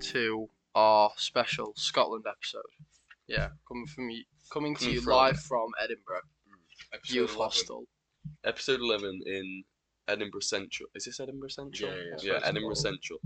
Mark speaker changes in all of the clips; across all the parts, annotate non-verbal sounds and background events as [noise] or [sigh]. Speaker 1: to our special Scotland episode. Yeah, coming from you, coming to
Speaker 2: Coming
Speaker 1: you
Speaker 2: from-
Speaker 1: live from Edinburgh
Speaker 2: Episode
Speaker 1: Youth
Speaker 2: 11. [laughs]
Speaker 1: Hostel.
Speaker 2: Episode 11 in Edinburgh Central. Is this Edinburgh Central?
Speaker 3: Yeah, yeah, it's
Speaker 2: yeah
Speaker 3: very
Speaker 2: Edinburgh
Speaker 3: small.
Speaker 2: Central.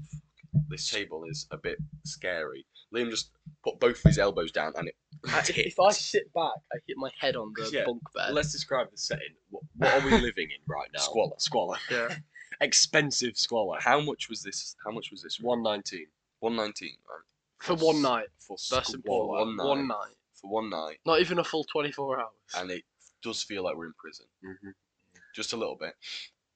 Speaker 2: This table is a bit scary. Liam just put both of his elbows down and it.
Speaker 1: I- if, if I sit back, I hit my head on the
Speaker 3: 'Cause, yeah,
Speaker 1: bunk bed.
Speaker 3: [laughs] Let's describe the setting. What, what are we living in right now?
Speaker 2: Squalor.
Speaker 3: Squalor.
Speaker 1: Yeah.
Speaker 3: Expensive squalor.
Speaker 2: How much was this? How much was this? room?
Speaker 3: One nineteen.
Speaker 2: 119, right?
Speaker 1: for one night.
Speaker 2: For
Speaker 1: That's
Speaker 2: squalor,
Speaker 1: important.
Speaker 2: One night,
Speaker 1: One night.
Speaker 2: For one night.
Speaker 1: Not even a full 24 hours.
Speaker 2: And it does feel like we're in prison.
Speaker 3: Mm-hmm.
Speaker 2: Just a little bit.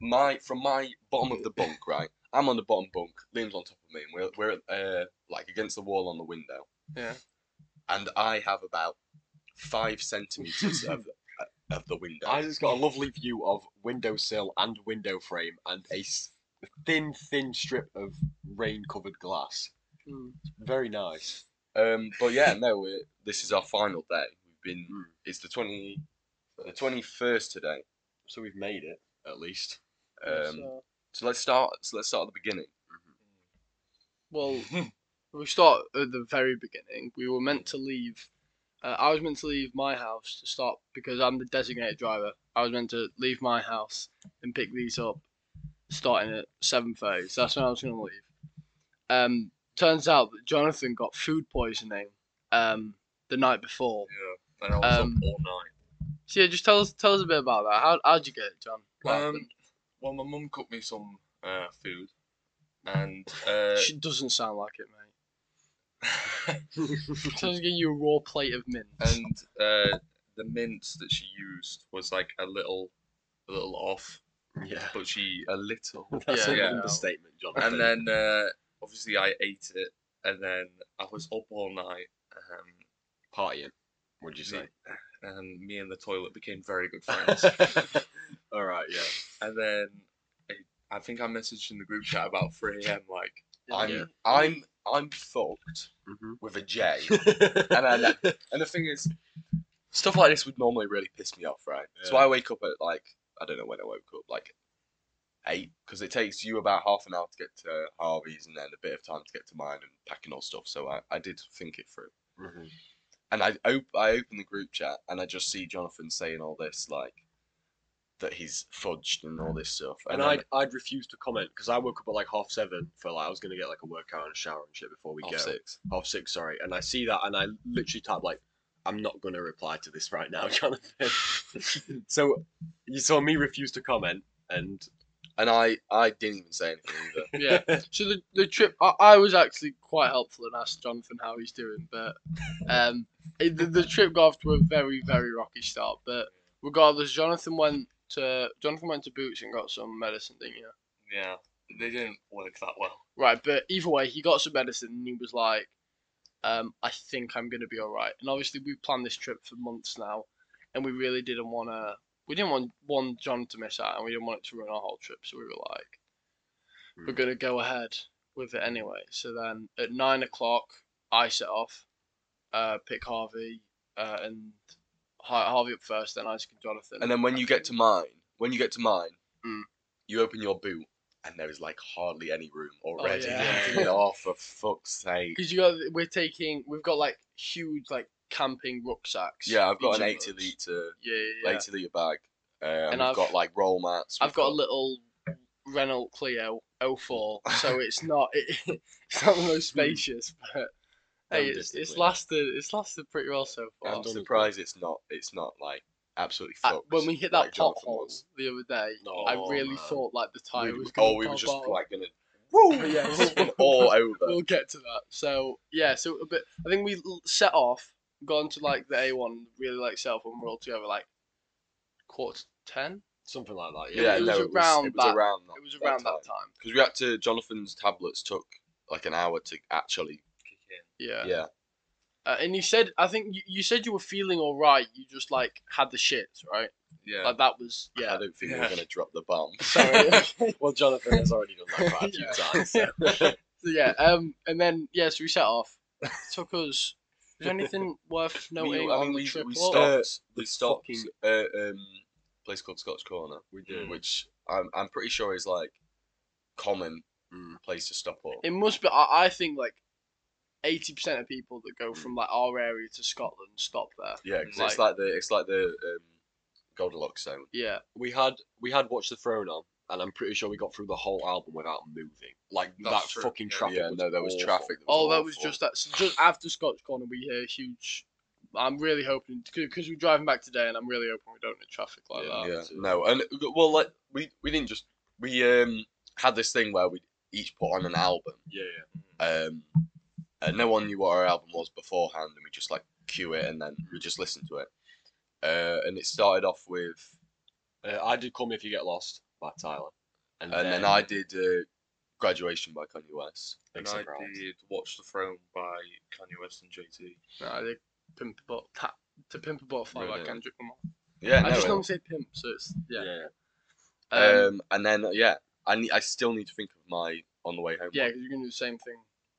Speaker 2: My From my bottom of the
Speaker 3: [laughs]
Speaker 2: bunk, right? I'm on the bottom bunk. Liam's on top of me. And we're, we're uh, like against the wall on the window.
Speaker 1: yeah.
Speaker 2: and I have about five centimeters
Speaker 3: [laughs]
Speaker 2: of uh, of the window.
Speaker 3: I just got a lovely view of windowsill and window frame and a s- thin, thin strip of rain-covered glass.
Speaker 1: Mm.
Speaker 3: Very nice.
Speaker 2: Um, but yeah, no, we this is our final day. We've been
Speaker 3: Mm.
Speaker 2: it's the twenty the twenty first today.
Speaker 3: So we've made it at least.
Speaker 2: Um,
Speaker 1: So,
Speaker 2: so let's start. So let's start at the beginning.
Speaker 1: well, we start at the very beginning. We were meant to leave. Uh, I was meant to leave my house to stop because I'm the designated driver. I was meant to leave my house and pick these up, starting at seven thirty. So that's when I was going to leave. Um, turns out that Jonathan got food poisoning um, the night before.
Speaker 3: And I
Speaker 1: was up Um,
Speaker 3: all night.
Speaker 1: So yeah, just tell us tell us a bit about that. How how'd you get it, John? What happened?
Speaker 4: Um, Well, my mum cooked me some uh, food, and uh,
Speaker 1: [laughs] She doesn't sound like it, mate. Sounds like you a raw plate of mince.
Speaker 4: [laughs] and uh, the mince that she used was like a little, a little off,
Speaker 3: [laughs] Yeah.
Speaker 4: but she.
Speaker 2: A
Speaker 3: [laughs]
Speaker 2: little.
Speaker 3: That's
Speaker 1: Yeah,
Speaker 3: an
Speaker 4: yeah.
Speaker 3: understatement, John.
Speaker 4: And then uh, obviously I ate it, and then I was up all night. Um,
Speaker 3: partying. Would you
Speaker 4: me-
Speaker 3: say?
Speaker 4: and me and the toilet became very good
Speaker 3: [laughs]
Speaker 4: friends.
Speaker 3: all right. Yeah.
Speaker 4: and then I, I think I messaged in the group chat about 3 a.m. like,
Speaker 2: I'm I'm I'm fucked with a J.
Speaker 3: Mm-hmm.
Speaker 2: and I, and the thing is, stuff like this would normally really piss me off, right? So
Speaker 3: Yeah.
Speaker 2: I wake up at like I don't know when I woke up, like eight, because it takes you about half an hour to get to Harvey's and then a bit of time to get to mine and packing all stuff. So I, I did think it through,
Speaker 3: Mm-hmm.
Speaker 2: and I op- I open the group chat and I just see Jonathan saying all this like that he's fudged and all this stuff,
Speaker 3: And
Speaker 2: then
Speaker 3: I'd, I'd refuse to comment because I woke up at like half seven for like I was gonna get like a workout and a shower and shit before we
Speaker 4: Oh,
Speaker 2: half
Speaker 3: go.
Speaker 2: six.
Speaker 3: Half six, sorry. And I see that and I literally type like, I'm not gonna reply to this right now, [laughs] Jonathan. so you saw me refuse to comment and
Speaker 2: And I, I didn't even say anything either.
Speaker 1: yeah. So the, the trip, I, I was actually quite helpful and asked Jonathan how he's doing, but um, it, the, the trip got off to a very very rocky start. But regardless, Jonathan went to Jonathan went to Boots and got some medicine, didn't you?
Speaker 4: [laughs] yeah, they didn't work that well.
Speaker 1: Right, but either way, he got some medicine and he was like, um, "I think I'm gonna be all right." And obviously, we planned this trip for months now, and we really didn't want to. We didn't want one John to miss out, and we didn't want it to ruin our whole trip. So we were like, "We're
Speaker 3: Hmm.
Speaker 1: gonna go ahead with it anyway." So then at nine o'clock, I set off, uh, pick Harvey, uh, and Har- Harvey up first, then Isaac and Jonathan.
Speaker 2: And then when you get to mine, when you get to mine,
Speaker 1: Mm.
Speaker 2: you open your boot and there is like hardly any room already.
Speaker 1: yeah.
Speaker 2: [laughs] You think, oh, for fuck's sake.
Speaker 1: because you got we're taking we've got like huge like camping rucksacks.
Speaker 2: Yeah, I've got
Speaker 1: each
Speaker 2: an
Speaker 1: of
Speaker 2: 80
Speaker 1: us.
Speaker 2: litre,
Speaker 1: Yeah, yeah, yeah.
Speaker 2: 80 litre bag. Uh, and,
Speaker 1: And
Speaker 2: we've
Speaker 1: I've-
Speaker 2: got like roll mats.
Speaker 1: I've
Speaker 2: we've
Speaker 1: got a little Renault Clio
Speaker 2: [laughs]
Speaker 1: 04, so it's not [laughs] it, it's not the most
Speaker 2: Hmm.
Speaker 1: spacious, but hey, it's, it's
Speaker 3: Realistically.
Speaker 1: lasted it's lasted pretty well so far.
Speaker 2: I'm surprised it's not, it's not like absolutely
Speaker 1: I-
Speaker 2: fucked.
Speaker 1: when we hit that
Speaker 2: like Jonathan
Speaker 1: pothole
Speaker 2: was.
Speaker 1: the other day,
Speaker 3: No,
Speaker 1: I really
Speaker 3: man.
Speaker 1: thought like the tire
Speaker 2: we,
Speaker 1: was going
Speaker 2: oh,
Speaker 1: to
Speaker 2: we were just like gonna.
Speaker 1: [laughs]
Speaker 2: [laughs]
Speaker 1: But yeah,
Speaker 2: Woo! all over.
Speaker 1: we'll get to that. So yeah, so a bit. I think we l- set off, gone to like the A one, really like set off, and we're all together like quarter to ten.
Speaker 3: [laughs] something like that.
Speaker 2: Yeah,
Speaker 3: Yeah.
Speaker 1: it was
Speaker 2: no,
Speaker 3: [laughs]
Speaker 2: it was,
Speaker 1: around
Speaker 2: it was
Speaker 1: that-
Speaker 2: around that.
Speaker 1: It was around
Speaker 2: time.
Speaker 1: that time.
Speaker 2: Because we had to, Jonathan's tablets took like an hour to actually.
Speaker 1: Yeah.
Speaker 2: yeah.
Speaker 1: Uh, and you said, I think you, you said you were feeling all right. You just like had the shits, right?
Speaker 4: Yeah.
Speaker 1: Like that was yeah.
Speaker 2: I don't think
Speaker 4: Yeah.
Speaker 2: we're gonna drop the bomb.
Speaker 1: Sorry.
Speaker 3: [laughs] Well Jonathan has already done that [laughs] quite a few
Speaker 1: Yeah.
Speaker 3: times. so.
Speaker 1: So, yeah. Um. And then yeah. So we set off. took us. Is there
Speaker 2: [laughs]
Speaker 1: anything worth noting
Speaker 2: we, I
Speaker 1: on
Speaker 2: mean,
Speaker 1: the
Speaker 2: we,
Speaker 1: trip?
Speaker 2: we
Speaker 1: up?
Speaker 2: stopped. Uh, we stopped
Speaker 3: fucking-
Speaker 2: uh, um, place called Scott's Corner,
Speaker 3: We do.
Speaker 4: did.
Speaker 2: which I'm I'm pretty sure is like common
Speaker 3: Mm.
Speaker 2: place to stop at.
Speaker 1: It must be. I, I think like eighty percent of people that go from like our area to Scotland stop there.
Speaker 2: Yeah, 'cause
Speaker 1: Like-
Speaker 2: it's like the it's like the um, Goldilocks zone.
Speaker 1: Yeah,
Speaker 3: we had we had Watch the Throne on, and I'm pretty sure we got through the whole album without moving. Like
Speaker 4: That's
Speaker 3: that
Speaker 4: true,
Speaker 3: fucking
Speaker 4: yeah.
Speaker 3: traffic.
Speaker 2: yeah,
Speaker 3: was
Speaker 2: no, there was
Speaker 3: awful.
Speaker 2: traffic. That was
Speaker 1: Oh, that was
Speaker 2: awful.
Speaker 1: just that. So just after Scotch Corner, we hear huge. I'm really hoping because we're driving back today, and I'm really hoping we don't hit traffic like that.
Speaker 2: yeah, no, and well, like we we didn't just we um had this thing where we each put on an album,
Speaker 3: Yeah, yeah.
Speaker 2: um, and no one knew what our album was beforehand, and we just like cue it and then we just listened to it, uh, and it started off with,
Speaker 3: Uh, I did Call Me If You Get Lost by Tyler. And,
Speaker 2: and then I did uh, graduation by Kanye West.
Speaker 3: Big
Speaker 4: and I
Speaker 3: surprise.
Speaker 4: did Watch the Throne by Kanye West and JT.
Speaker 1: No, I think pimp a bot, tap, to pimp a butterfly by
Speaker 2: Really?
Speaker 1: Kendrick Lamar.
Speaker 2: Yeah,
Speaker 1: I
Speaker 2: no,
Speaker 1: just
Speaker 2: it-
Speaker 1: normally say pimp, so it's yeah.
Speaker 3: yeah.
Speaker 1: Um,
Speaker 2: Um, and then yeah, I need, I still need to think of my on the way home.
Speaker 1: yeah, because you're gonna do the same thing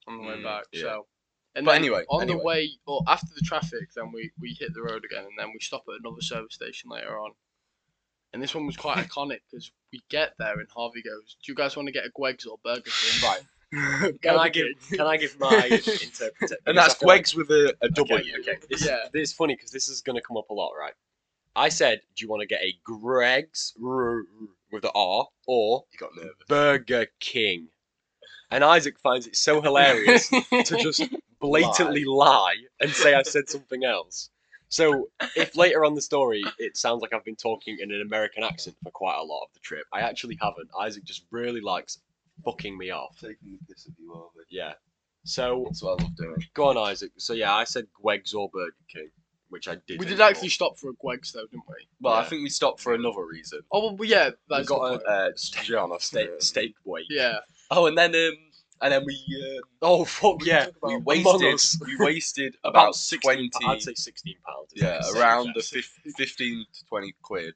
Speaker 1: on the way
Speaker 4: Mm,
Speaker 1: back.
Speaker 2: yeah.
Speaker 1: So. And
Speaker 2: But
Speaker 1: then
Speaker 2: anyway,
Speaker 1: on
Speaker 2: anyway.
Speaker 1: the way or after the traffic, then we we hit the road again, and then we stop at another service station later on. And this one was quite iconic because we get there and Harvey goes, "Do you guys want to get a Greg's or Burger
Speaker 2: [laughs]
Speaker 1: King?"
Speaker 3: Right.
Speaker 1: [laughs] Can
Speaker 3: Can I give Can I give [laughs] my interpretation?
Speaker 2: and that's Greg's with a, a
Speaker 3: Okay,
Speaker 2: W.
Speaker 1: [laughs]
Speaker 3: okay. This, is-
Speaker 1: Yeah.
Speaker 3: this is funny because this is going to come up a lot, right? I said, do you want to get a Greg's r- r- with the R or
Speaker 2: You got nervous.
Speaker 3: Burger King? And Isaac finds it so
Speaker 1: [laughs]
Speaker 3: hilarious to just blatantly lie. and say I said something else. So if later on the story it sounds like I've been talking in an American accent for quite a lot of the trip, I actually haven't. Isaac just really likes fucking me off.
Speaker 2: Taking the piss of you, are they?
Speaker 3: Yeah. So
Speaker 2: That's what I love doing.
Speaker 3: go on, Isaac. So yeah, I said Greg's or Burger King, which I did.
Speaker 1: We did actually stop for a Greg's though, didn't we?
Speaker 2: Well, I
Speaker 3: Yeah.
Speaker 2: think we stopped for another reason.
Speaker 1: Oh well, yeah,
Speaker 3: I
Speaker 1: that's
Speaker 3: got
Speaker 1: the
Speaker 3: a
Speaker 1: point.
Speaker 2: Uh, John, I've
Speaker 3: steak,
Speaker 2: seen-
Speaker 3: steak weight.
Speaker 1: yeah.
Speaker 2: Oh, and then um, and then we um,
Speaker 3: Oh fuck yeah!
Speaker 2: we
Speaker 3: Among
Speaker 2: wasted
Speaker 3: Us.
Speaker 2: [laughs] we wasted
Speaker 3: About,
Speaker 2: about
Speaker 3: 16
Speaker 2: twenty
Speaker 3: pounds. I'd say sixteen pounds. is
Speaker 2: yeah
Speaker 3: like a
Speaker 2: around the
Speaker 3: safe bet.
Speaker 2: fif- fifteen to twenty quid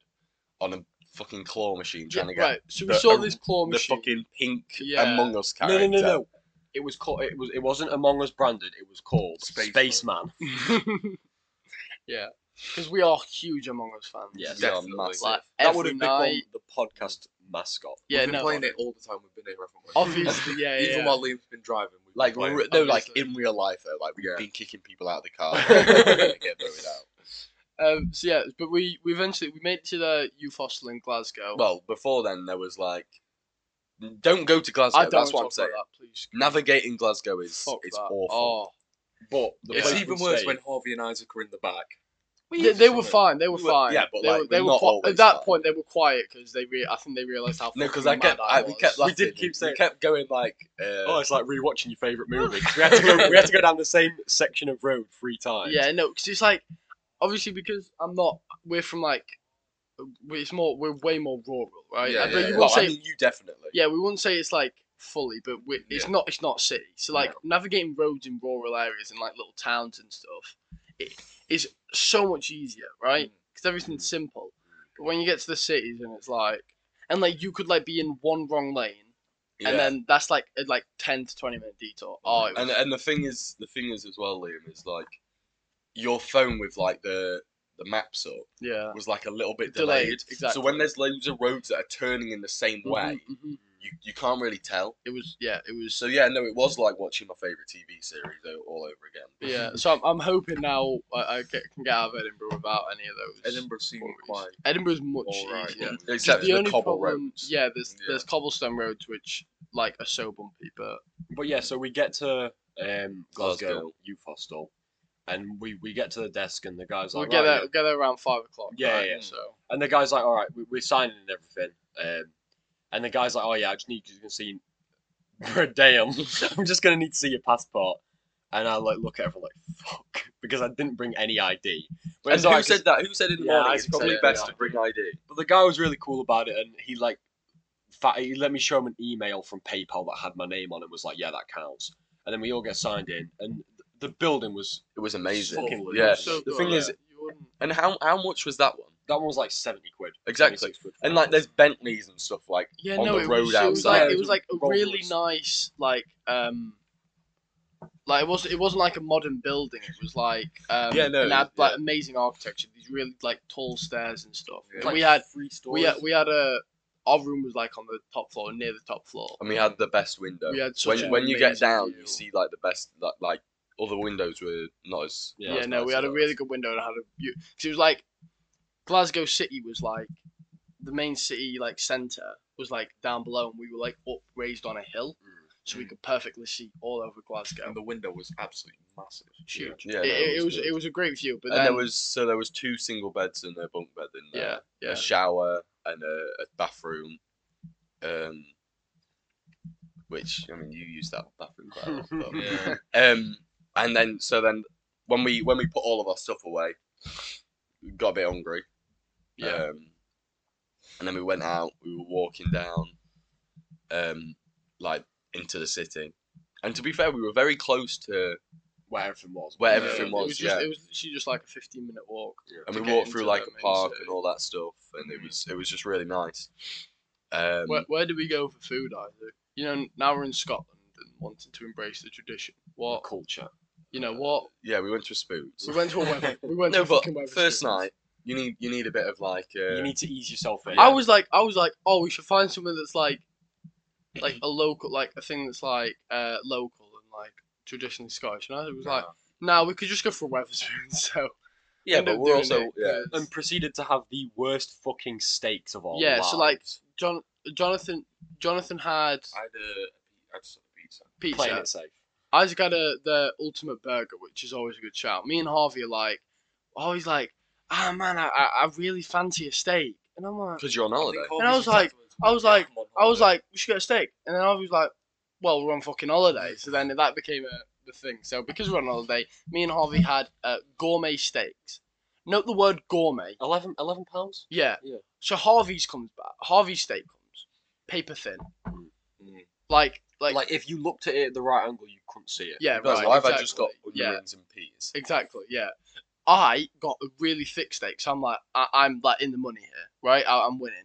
Speaker 2: on a fucking claw machine
Speaker 1: yeah
Speaker 2: trying to get
Speaker 1: right. So we
Speaker 2: the-
Speaker 1: saw
Speaker 2: a-
Speaker 1: this claw
Speaker 2: the
Speaker 1: machine.
Speaker 2: fucking pink
Speaker 1: Yeah.
Speaker 2: Among Us
Speaker 3: No,
Speaker 2: character.
Speaker 3: no, no, no. It was called. It was. It wasn't Among Us branded. It was called
Speaker 4: Spaceman.
Speaker 3: Spaceman.
Speaker 1: [laughs] yeah, because we are huge Among Us fans.
Speaker 3: Yes.
Speaker 2: Yeah,
Speaker 4: Definitely.
Speaker 2: massive.
Speaker 1: Like
Speaker 3: That would
Speaker 1: every
Speaker 3: have become
Speaker 1: night.
Speaker 3: the podcast mascot.
Speaker 1: Yeah,
Speaker 4: we've been
Speaker 1: no.
Speaker 4: playing it all the time we've been here, haven't we?
Speaker 1: Obviously, yeah,
Speaker 2: [laughs]
Speaker 1: yeah.
Speaker 4: [laughs] Even
Speaker 1: yeah.
Speaker 4: while Liam's been driving, we've
Speaker 2: Like
Speaker 4: been playing
Speaker 2: re-
Speaker 4: it.
Speaker 2: no, like
Speaker 1: obviously.
Speaker 2: in real life though, like we've
Speaker 4: Yeah.
Speaker 2: been kicking people out of the car. Like, we're gonna get voted out.
Speaker 1: Um, so yeah, but we we eventually we made it to the youth hostel in Glasgow.
Speaker 2: [laughs] Well, before then there was like, don't go to Glasgow.
Speaker 1: I don't want
Speaker 2: that's
Speaker 1: to
Speaker 2: what I'm
Speaker 1: talk
Speaker 2: saying.
Speaker 1: about that, please.
Speaker 2: Navigating Glasgow is
Speaker 1: Fuck
Speaker 2: it's
Speaker 1: that.
Speaker 2: awful.
Speaker 1: Oh.
Speaker 3: But the
Speaker 4: it's
Speaker 3: place
Speaker 4: even
Speaker 3: we
Speaker 4: worse
Speaker 3: stayed-
Speaker 4: when Harvey and Isaac are in the back.
Speaker 1: They, they were fine. They were
Speaker 2: We were-
Speaker 1: fine.
Speaker 2: yeah, but,
Speaker 1: they
Speaker 2: like,
Speaker 1: were, they
Speaker 2: we're
Speaker 1: were
Speaker 2: not
Speaker 1: qui-
Speaker 2: always
Speaker 1: at that
Speaker 2: fine.
Speaker 1: point they were quiet because they re- I think they realised how.
Speaker 2: No, because I
Speaker 1: fucking
Speaker 2: kept
Speaker 1: mad
Speaker 2: I, we kept
Speaker 1: was.
Speaker 2: laughing.
Speaker 3: did keep saying-
Speaker 2: we kept going like. Uh,
Speaker 3: Oh, it's like rewatching your favorite movie. 'Cause we had to go. We had to go down the same section of road three times.
Speaker 1: Yeah, no, because it's like obviously because I'm not. We're from like. we- It's more. We're way more rural, right?
Speaker 4: Yeah,
Speaker 1: Uh, but
Speaker 4: yeah,
Speaker 1: you
Speaker 4: yeah.
Speaker 1: won't
Speaker 2: well,
Speaker 1: say.
Speaker 2: I mean, you definitely.
Speaker 1: yeah, we won't say it's like fully, but we, it's
Speaker 4: Yeah.
Speaker 1: not. It's not city. So like navigating roads in rural areas and like little towns and stuff, it is so much easier, right?
Speaker 2: Mm.
Speaker 1: Because everything's simple. But when you get to the cities and it's like, and like you could like be in one wrong lane,
Speaker 2: Yeah.
Speaker 1: and
Speaker 2: Mm-hmm.
Speaker 1: then that's like a like ten to twenty minute detour. Oh, it was,
Speaker 2: and and the thing is, the thing is as well, Liam, is like your phone with like the the maps up
Speaker 1: yeah,
Speaker 2: was like a little bit
Speaker 1: Delayed,
Speaker 2: delayed.
Speaker 1: exactly.
Speaker 2: So when there's loads of roads that are turning in the same way,
Speaker 1: Mhm, mhm.
Speaker 2: you, you can't really tell.
Speaker 1: It was yeah, it was
Speaker 2: So yeah, no, it was like watching my favorite TV series though, all over again.
Speaker 1: Yeah,
Speaker 2: [laughs]
Speaker 1: so I'm, I'm hoping now I, I get, can get out of Edinburgh without any of those.
Speaker 4: Edinburgh seemed
Speaker 1: worries.
Speaker 4: quite
Speaker 1: Edinburgh's much
Speaker 4: alright.
Speaker 1: easier.
Speaker 2: Except
Speaker 1: the
Speaker 2: for the
Speaker 1: only
Speaker 2: cobble
Speaker 1: problem,
Speaker 2: roads.
Speaker 1: yeah, there's
Speaker 4: Yeah.
Speaker 1: there's cobblestone roads which like are so bumpy, but
Speaker 3: But yeah, so we get to um, Glasgow
Speaker 2: Glasgow.
Speaker 3: Youth Hostel, and we we get to the desk, and the guy's
Speaker 1: we'll
Speaker 3: like,
Speaker 1: get
Speaker 3: "Right,
Speaker 1: there
Speaker 3: yeah."
Speaker 1: get there around five o'clock.
Speaker 3: Yeah,
Speaker 1: right?
Speaker 3: yeah.
Speaker 1: So
Speaker 3: and the guy's like, "All right, we, we're signing and everything," um, and the guy's like, "Oh yeah, I just need you to see, damn, I'm [laughs] just gonna need to see your passport." And I like look at everyone like fuck because I didn't bring any ID. But
Speaker 2: And
Speaker 3: it's all
Speaker 2: who
Speaker 3: right, 'cause-
Speaker 2: said that? Who said in the
Speaker 3: Yeah,
Speaker 2: morning?
Speaker 3: I
Speaker 2: It's
Speaker 3: said
Speaker 2: probably
Speaker 3: it,
Speaker 2: best
Speaker 3: yeah.
Speaker 2: to bring ID.
Speaker 3: But the guy was really cool about it, and he like, fa- he let me show him an email from PayPal that had my name on it. Was like, yeah, that counts. And then we all get signed in, and th- the building was
Speaker 2: It was amazing.
Speaker 3: Fucking
Speaker 2: yeah.
Speaker 3: lovely.
Speaker 1: so
Speaker 2: the
Speaker 1: good,
Speaker 2: thing
Speaker 1: yeah.
Speaker 2: is-
Speaker 1: you wouldn't.
Speaker 2: And how how much was that one?
Speaker 3: that one was like seventy quid.
Speaker 2: Exactly.
Speaker 3: 26 Quid
Speaker 2: And like, there's Bentleys and stuff like.
Speaker 1: Yeah,
Speaker 2: on
Speaker 1: no,
Speaker 2: the
Speaker 1: it,
Speaker 2: road
Speaker 1: was, it was like
Speaker 2: outside.
Speaker 1: it was like a
Speaker 3: Rolls
Speaker 1: really
Speaker 3: Royce.
Speaker 1: nice like um. Like it was, it wasn't like a modern building. It was like um,
Speaker 2: Yeah, no,
Speaker 1: and had,
Speaker 2: yeah.
Speaker 1: like amazing architecture. These really like tall stairs and stuff.
Speaker 4: Yeah.
Speaker 1: And
Speaker 4: Like
Speaker 1: we had
Speaker 3: three stories.
Speaker 1: we had, we had a our room was like on the top floor, near the top floor.
Speaker 2: And we had the best window.
Speaker 1: We had such
Speaker 2: when
Speaker 1: an
Speaker 2: when you get
Speaker 1: amazing
Speaker 2: down,
Speaker 1: view.
Speaker 2: you see like the best like, like other windows were not as.
Speaker 3: Yeah,
Speaker 1: Yeah,
Speaker 2: as
Speaker 1: no,
Speaker 2: nice
Speaker 1: we
Speaker 2: as
Speaker 1: had a
Speaker 2: ours.
Speaker 1: really good window and had a view. Cause it was like Glasgow City was like the main city like centre was like down below and we were like up raised on a hill
Speaker 2: Mm.
Speaker 1: so we could perfectly see all over Glasgow.
Speaker 4: and the window was absolutely massive.
Speaker 1: Huge.
Speaker 2: Yeah, no,
Speaker 1: it, it, was
Speaker 2: good.
Speaker 1: it was a great view, but
Speaker 2: and
Speaker 1: then
Speaker 2: there was uh, so there was two single beds and a bunk bed in there.
Speaker 1: yeah yeah
Speaker 2: a shower and a, a bathroom. Um, which I mean, you use that bathroom quite a lot.
Speaker 1: [laughs]
Speaker 2: But,
Speaker 3: [laughs]
Speaker 4: Yeah.
Speaker 2: um, and then so then when we when we put all of our stuff away, we got a bit hungry.
Speaker 1: yeah
Speaker 2: Um, and then we went out. We were walking down, um, like into the city. And to be fair, we were very close to,
Speaker 4: Where everything was.
Speaker 2: Where
Speaker 1: Yeah,
Speaker 2: everything
Speaker 1: it
Speaker 2: was,
Speaker 1: just,
Speaker 2: yeah.
Speaker 1: it was she just like a fifteen minute walk.
Speaker 2: and
Speaker 1: To
Speaker 2: we
Speaker 1: get
Speaker 2: walked through
Speaker 1: into
Speaker 2: like
Speaker 1: the
Speaker 2: a
Speaker 1: main
Speaker 2: park
Speaker 1: city.
Speaker 2: and all that stuff, and
Speaker 1: Mm.
Speaker 2: it was it was just really nice. Um,
Speaker 1: where where do we go for food either? You know, now we're in Scotland and wanting to embrace the tradition. What
Speaker 4: culture.
Speaker 1: you know what
Speaker 2: yeah, we went to a spoons.
Speaker 1: we went to a weather we went
Speaker 2: [laughs] no,
Speaker 1: to a
Speaker 2: but
Speaker 1: fucking weather
Speaker 2: first
Speaker 1: school.
Speaker 2: night you need you need a bit of like uh,
Speaker 3: You need to ease yourself in.
Speaker 1: I was like, I was like, oh, we should find somewhere that's like, like a local, like a thing that's like uh, local and like traditionally Scottish. And I was like, no, we could just go for a Weatherspoon. [laughs] So
Speaker 2: yeah,
Speaker 1: end
Speaker 2: but
Speaker 1: up
Speaker 2: we're
Speaker 1: doing
Speaker 2: also
Speaker 1: it,
Speaker 2: yeah.
Speaker 3: and proceeded to have the worst fucking steaks of all.
Speaker 1: Yeah,
Speaker 3: lives.
Speaker 1: so, like, John, Jonathan, Jonathan had
Speaker 4: I had a, I just had a pizza.
Speaker 1: pizza.
Speaker 3: playing it safe.
Speaker 1: Isaac had a, the ultimate burger, which is always a good shout. Me and Harvey are like, always like, ah man, I, I I really fancy a steak, and I'm like,
Speaker 2: Because you're on holiday.
Speaker 1: And I was like- I was like- I was like, we should get a steak. And then I was like, well, we're on fucking holiday. So then that became a, the thing. So because we're on holiday, me and Harvey had uh, gourmet steaks. Note the word gourmet.
Speaker 3: 11, 11 pounds.
Speaker 1: Yeah.
Speaker 3: Yeah.
Speaker 1: So Harvey's comes back. Harvey's steak comes. Paper thin.
Speaker 4: Mm.
Speaker 1: Like, like,
Speaker 3: Mm-hmm. Like, if you looked at it at the right angle, you couldn't see it.
Speaker 1: yeah,
Speaker 2: Because
Speaker 1: right.
Speaker 2: I've
Speaker 1: exactly.
Speaker 2: had just got onion
Speaker 1: yeah,
Speaker 2: rings and peas.
Speaker 1: exactly. Yeah. I got a really thick steak. So I'm like, I, I'm like in the money here, right? I, I'm winning.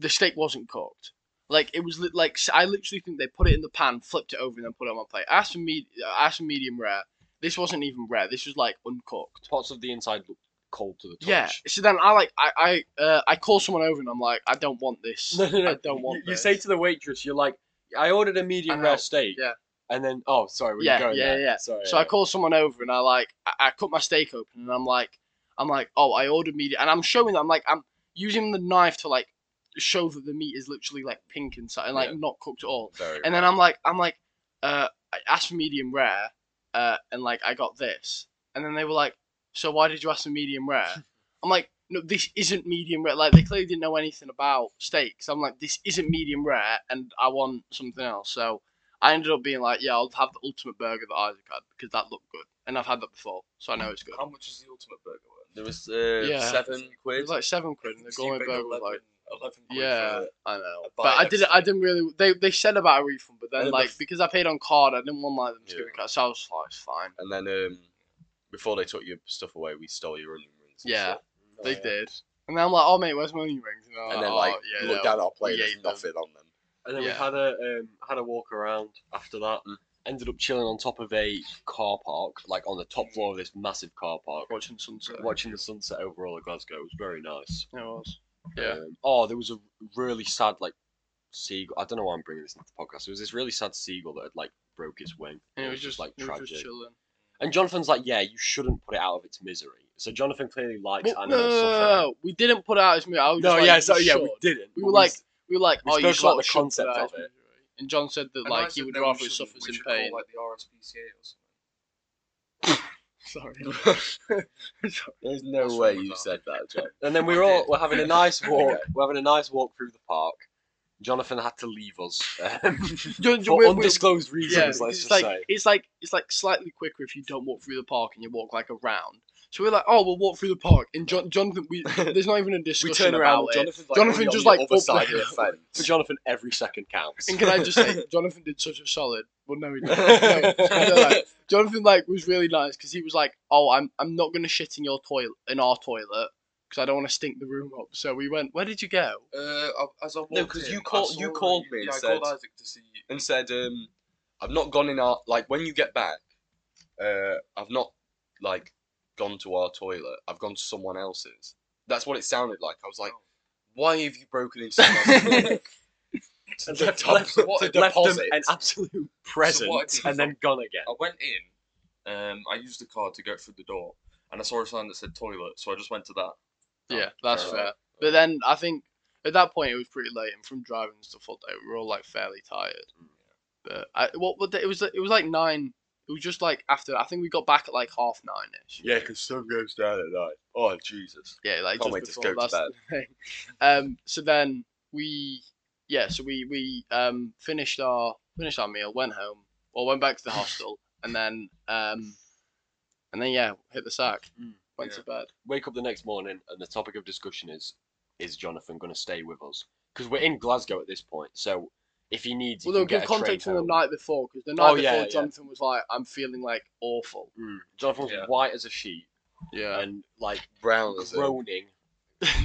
Speaker 1: The steak wasn't cooked. Like it was li- like s- I literally think they put it in the pan, flipped it over, and then put it on my plate. I asked for me, I asked for medium rare. This wasn't even rare. This was like uncooked.
Speaker 3: Parts of the inside looked cold to the touch.
Speaker 1: Yeah. So then I like I I uh, I call someone over and I'm like I don't want this.
Speaker 3: [laughs] No, no, no.
Speaker 1: I don't want.
Speaker 3: You, you
Speaker 1: this.
Speaker 3: say to the waitress, you're like, I ordered a medium
Speaker 1: I know,
Speaker 3: rare steak.
Speaker 1: yeah.
Speaker 3: And then, oh, sorry, were
Speaker 1: Yeah,
Speaker 3: you going
Speaker 1: yeah,
Speaker 3: there?
Speaker 1: yeah.
Speaker 3: Sorry.
Speaker 1: So I call someone over and I like I, I cut my steak open and I'm like I'm like oh I ordered meat and I'm showing them like I'm using the knife to like show that the meat is literally like pink inside and like
Speaker 2: Yeah.
Speaker 1: not cooked at all.
Speaker 2: Very
Speaker 1: And then I'm like I'm like uh I asked for medium rare uh and like I got this and then they were like so why did you ask for medium
Speaker 4: [laughs]
Speaker 1: rare? I'm like no this isn't medium rare like they clearly didn't know anything about steaks. I'm like this isn't medium rare and I want something else so. I ended up being like, yeah, I'll have the ultimate burger that Isaac had because that looked good, and I've had that before, so I know it's good.
Speaker 4: how much is the ultimate burger worth?
Speaker 2: there was uh,
Speaker 1: Yeah.
Speaker 2: seven
Speaker 1: It
Speaker 2: quid.
Speaker 1: was like seven quid, and the
Speaker 4: [laughs] So you
Speaker 1: gourmet
Speaker 4: paid
Speaker 1: burger was
Speaker 4: 11
Speaker 1: like,
Speaker 4: 11 quid
Speaker 1: yeah,
Speaker 4: for
Speaker 1: I know.
Speaker 4: a
Speaker 1: But
Speaker 4: bite
Speaker 1: I
Speaker 4: of
Speaker 1: didn't, I didn't really. They they said about a refund, but
Speaker 2: And
Speaker 1: then
Speaker 2: then
Speaker 1: like
Speaker 2: the-
Speaker 1: because I paid on card, I didn't want like them to
Speaker 2: Yeah.
Speaker 1: give it, so I was like, it's fine.
Speaker 2: And then um, before they took your stuff away, we stole your onion rings. and
Speaker 1: Yeah,
Speaker 2: stuff. Oh,
Speaker 1: they did. And then I'm like, oh mate, where's my onion rings? And, "Oh,
Speaker 2: And then like
Speaker 1: yeah,
Speaker 2: you look
Speaker 1: no.
Speaker 2: down at our plate,
Speaker 1: we
Speaker 2: there's
Speaker 1: ate them.
Speaker 2: nothing on them.
Speaker 3: And then we
Speaker 1: Yeah.
Speaker 3: had a um, had a walk around after that.
Speaker 2: Mm.
Speaker 3: Ended up chilling on top of a car park, like on the top floor of this massive car park,
Speaker 1: watching sunset.
Speaker 3: watching the sunset over all of Glasgow. It was very nice.
Speaker 1: It was. Yeah.
Speaker 3: Um, oh, there was a really sad like seagull. I don't know why I'm bringing this into the podcast. There was this really sad seagull that had like broke its wing.
Speaker 1: And it was just like
Speaker 3: like tragic.
Speaker 1: just chilling.
Speaker 3: and Jonathan's like, yeah, you shouldn't put it out of its misery. So Jonathan clearly likes
Speaker 1: Well, no,
Speaker 3: animal
Speaker 1: no,
Speaker 3: suffering.
Speaker 1: no, we didn't put it out as me. I was
Speaker 3: No,
Speaker 1: just, like,
Speaker 3: yeah, so
Speaker 1: you
Speaker 3: yeah,
Speaker 1: should.
Speaker 3: we didn't.
Speaker 1: We
Speaker 3: but
Speaker 1: were like, we were like,
Speaker 3: we
Speaker 1: oh, you sort
Speaker 3: spoke about the
Speaker 1: of should
Speaker 3: concept
Speaker 1: die.
Speaker 3: of it.
Speaker 1: And John said that
Speaker 4: And I
Speaker 1: like he
Speaker 4: said,
Speaker 1: would
Speaker 4: no, we
Speaker 1: rather it
Speaker 4: shouldn't-
Speaker 1: suffers
Speaker 4: we
Speaker 1: in
Speaker 4: should call,
Speaker 1: pain.
Speaker 4: like the RSPCA or something.
Speaker 1: Sorry.
Speaker 2: [laughs] There's no
Speaker 4: What's
Speaker 2: way
Speaker 4: wrong with
Speaker 2: you
Speaker 4: that?
Speaker 2: said that, John.
Speaker 3: And then we were all we're having
Speaker 1: [laughs]
Speaker 3: a nice walk. We're having a nice walk through the park. Jonathan had to leave us
Speaker 1: [laughs]
Speaker 3: um,
Speaker 1: [laughs] Don't-
Speaker 3: for
Speaker 1: we're- we're-
Speaker 3: undisclosed
Speaker 1: yeah,
Speaker 3: reasons. let's
Speaker 1: because it's
Speaker 3: just
Speaker 1: like [laughs]
Speaker 3: say.
Speaker 1: it's like it's like slightly quicker if you don't walk through the park and you walk like around. So we're like, oh, we'll walk through the park, and John, Jonathan, we there's not even a
Speaker 2: We
Speaker 1: discussion
Speaker 2: turn around,
Speaker 1: about it.
Speaker 2: Jonathan's like,
Speaker 1: Jonathan
Speaker 2: already on
Speaker 1: just,
Speaker 2: the
Speaker 1: like,
Speaker 2: other
Speaker 1: up
Speaker 2: side
Speaker 1: there.
Speaker 2: of the fence.
Speaker 3: For Jonathan, every second counts. [laughs]
Speaker 1: And [laughs] can I just say, Jonathan did such a solid. Well,
Speaker 4: [laughs]
Speaker 1: no, he
Speaker 2: [laughs]
Speaker 1: didn't. No, no, no. Jonathan like was really nice because he was like, oh, I'm I'm not gonna shit in your toilet in our toilet because I don't want to stink the room up. So we went, where did you go?
Speaker 4: Uh, I- as I walked
Speaker 2: 'cause
Speaker 4: in,
Speaker 2: you
Speaker 4: I
Speaker 2: call-
Speaker 4: saw
Speaker 2: you
Speaker 4: that
Speaker 2: called me and
Speaker 4: Yeah, I
Speaker 2: said-
Speaker 4: called Isaac to see you.
Speaker 2: and said, um, "I've not gone in our like when you get back, uh, I've not like gone to our toilet. I've gone to someone else's." That's what it sounded like. I was
Speaker 4: Oh.
Speaker 2: like, "Why have you broken into someone
Speaker 4: [laughs]
Speaker 2: else's toilet?" to
Speaker 3: And
Speaker 2: the
Speaker 3: left,
Speaker 2: top-
Speaker 3: left,
Speaker 2: to
Speaker 3: left them
Speaker 2: deposit?
Speaker 3: an absolute present
Speaker 4: So what I did
Speaker 3: and then gone again.
Speaker 4: I went in Um, I used the card to go through the door, and I saw a sign that said toilet, so I just went to that.
Speaker 1: Yeah, that's
Speaker 4: fair
Speaker 1: fair.
Speaker 4: enough.
Speaker 1: But then I think at that point it was pretty late, and from driving and stuff all day, we were all like fairly tired.
Speaker 2: Mm,
Speaker 1: But I, what, what day- it was it was like nine. It was just like after I think we got back at like half nine ish.
Speaker 2: Yeah, because sun goes down at night. Oh Jesus!
Speaker 1: Yeah, like
Speaker 2: Can't
Speaker 1: just
Speaker 2: wait to
Speaker 1: before
Speaker 2: go to
Speaker 1: that's the [laughs] thing. Um, so then we, yeah, so we we um finished our finished our meal, went home, or went
Speaker 2: [laughs]
Speaker 1: back to the hostel, and then um, and then yeah, hit the sack,
Speaker 3: Mm,
Speaker 1: went
Speaker 4: yeah.
Speaker 1: to bed.
Speaker 3: Wake up the next morning, and the topic of discussion is: Is Jonathan going to stay with us? Because we're in Glasgow at this point, so if he needs, he
Speaker 1: Well, no, give
Speaker 3: can get a train
Speaker 1: context from the
Speaker 3: home.
Speaker 1: night before because the night
Speaker 3: Oh,
Speaker 1: before
Speaker 3: yeah, yeah.
Speaker 1: Jonathan was like, "I'm feeling like awful."
Speaker 3: Mm, Jonathan was
Speaker 4: Yeah.
Speaker 3: white as a sheet
Speaker 1: Yeah,
Speaker 3: and like
Speaker 2: Brown as a-
Speaker 3: [laughs] groaning,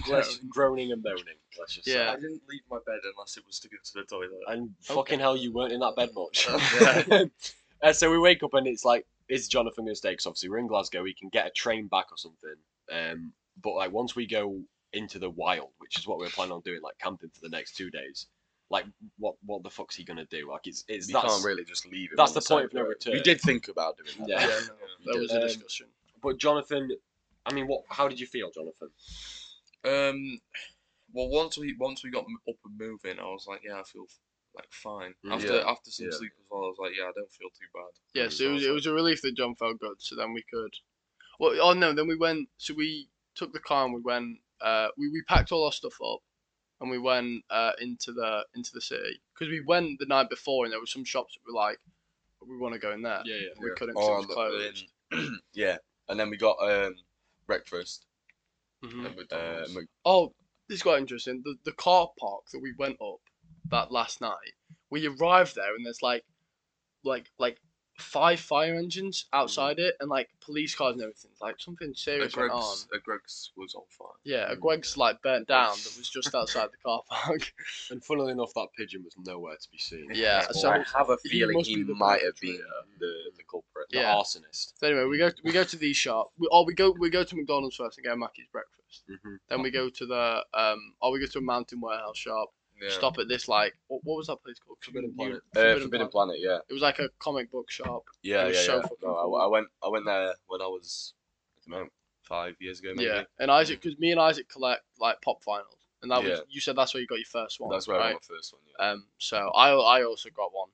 Speaker 3: let's- [laughs] groaning and moaning. Let's just
Speaker 1: Yeah.
Speaker 4: I didn't leave my bed unless it was to get to the toilet.
Speaker 3: say. And fucking hell, you weren't in that bed [laughs] much.
Speaker 4: Yeah.
Speaker 3: Uh, so we wake up and it's like, is Jonathan going to stay? 'Cause obviously we're in Glasgow. He can get a train back or something. Um, but like once we go into the wild, which is what we're planning on doing, like camping for the next two days, like what what the fuck's he gonna do? Like it's it's
Speaker 2: You
Speaker 3: that's
Speaker 2: can't really just leave him.
Speaker 3: that's
Speaker 2: on
Speaker 3: the point of
Speaker 2: side
Speaker 3: no
Speaker 2: road.
Speaker 3: return.
Speaker 2: We did think about doing that. [laughs]
Speaker 3: Yeah.
Speaker 4: Yeah,
Speaker 1: there was a
Speaker 3: Um,
Speaker 1: discussion.
Speaker 3: But Jonathan, I mean, what? How did you feel, Jonathan?
Speaker 4: Um, well, once we once we got m- up and moving, I was like, yeah, I feel like fine.
Speaker 3: Mm.
Speaker 4: After
Speaker 2: Yeah,
Speaker 4: after some
Speaker 2: yeah.
Speaker 4: sleep as well, I was like, yeah, I don't feel too bad.
Speaker 1: Yeah,
Speaker 4: And
Speaker 1: so it was, it
Speaker 4: like-
Speaker 1: was a relief that John felt good. So then we could, well, oh no, then we went. So we took the car and we went. Uh, we, we packed all our stuff up, and we went uh into the into the city because we went the night before and there were some shops that were like, we want to go in there.
Speaker 3: Yeah, yeah.
Speaker 1: We couldn't
Speaker 2: Oh,
Speaker 1: because it was
Speaker 2: look,
Speaker 1: closed.
Speaker 2: then- [clears throat] yeah, and then we got um, breakfast.
Speaker 4: Mm-hmm.
Speaker 1: Mhm.
Speaker 2: at McDonald's. Uh, Mc-
Speaker 1: Oh, this is quite interesting. The the car park that we went up that last night, we arrived there and there's like, like like five fire engines outside it and like police cars and everything. Like something
Speaker 4: Uh,
Speaker 1: serious went on.
Speaker 4: Greg's, uh, Greg's was on fire.
Speaker 1: Yeah, a
Speaker 2: Mm.
Speaker 1: Greg's like burnt down that was just outside the car park.
Speaker 3: And funnily enough, that pigeon was nowhere to be seen.
Speaker 1: Yeah, [laughs]
Speaker 2: Well,
Speaker 1: so
Speaker 2: I have a
Speaker 1: he
Speaker 2: feeling
Speaker 1: must
Speaker 2: he,
Speaker 1: be the
Speaker 2: might have been
Speaker 1: perpetrator.
Speaker 2: the, the culprit.
Speaker 3: The
Speaker 1: Yeah.
Speaker 3: arsonist.
Speaker 1: So anyway, we go we go to the shop. We, or we go we go to McDonald's first and get Mackey's breakfast.
Speaker 4: Mm-hmm.
Speaker 3: Mhm.
Speaker 1: Then we go to the um or we go to a mountain warehouse shop.
Speaker 4: Yeah.
Speaker 1: Stop at this like what, what was that place called?
Speaker 3: Forbidden
Speaker 1: Commu-
Speaker 3: Planet.
Speaker 2: Uh,
Speaker 1: Forbidden
Speaker 2: Forbidden,
Speaker 1: Planet.
Speaker 2: Planet. yeah,
Speaker 1: It was like a comic book shop.
Speaker 2: yeah,
Speaker 1: It was
Speaker 2: yeah.
Speaker 1: so
Speaker 2: yeah.
Speaker 1: fucking
Speaker 2: No,
Speaker 1: cool.
Speaker 2: I, I went, I went there when I was, I don't know, five years ago maybe.
Speaker 1: Yeah, and Isaac, because me and Isaac collect like pop vinyls, and that was
Speaker 2: Yeah.
Speaker 1: you said that's where you got your first one.
Speaker 2: That's where I
Speaker 1: right?
Speaker 2: got my first one. Yeah.
Speaker 1: Um, so I I also got one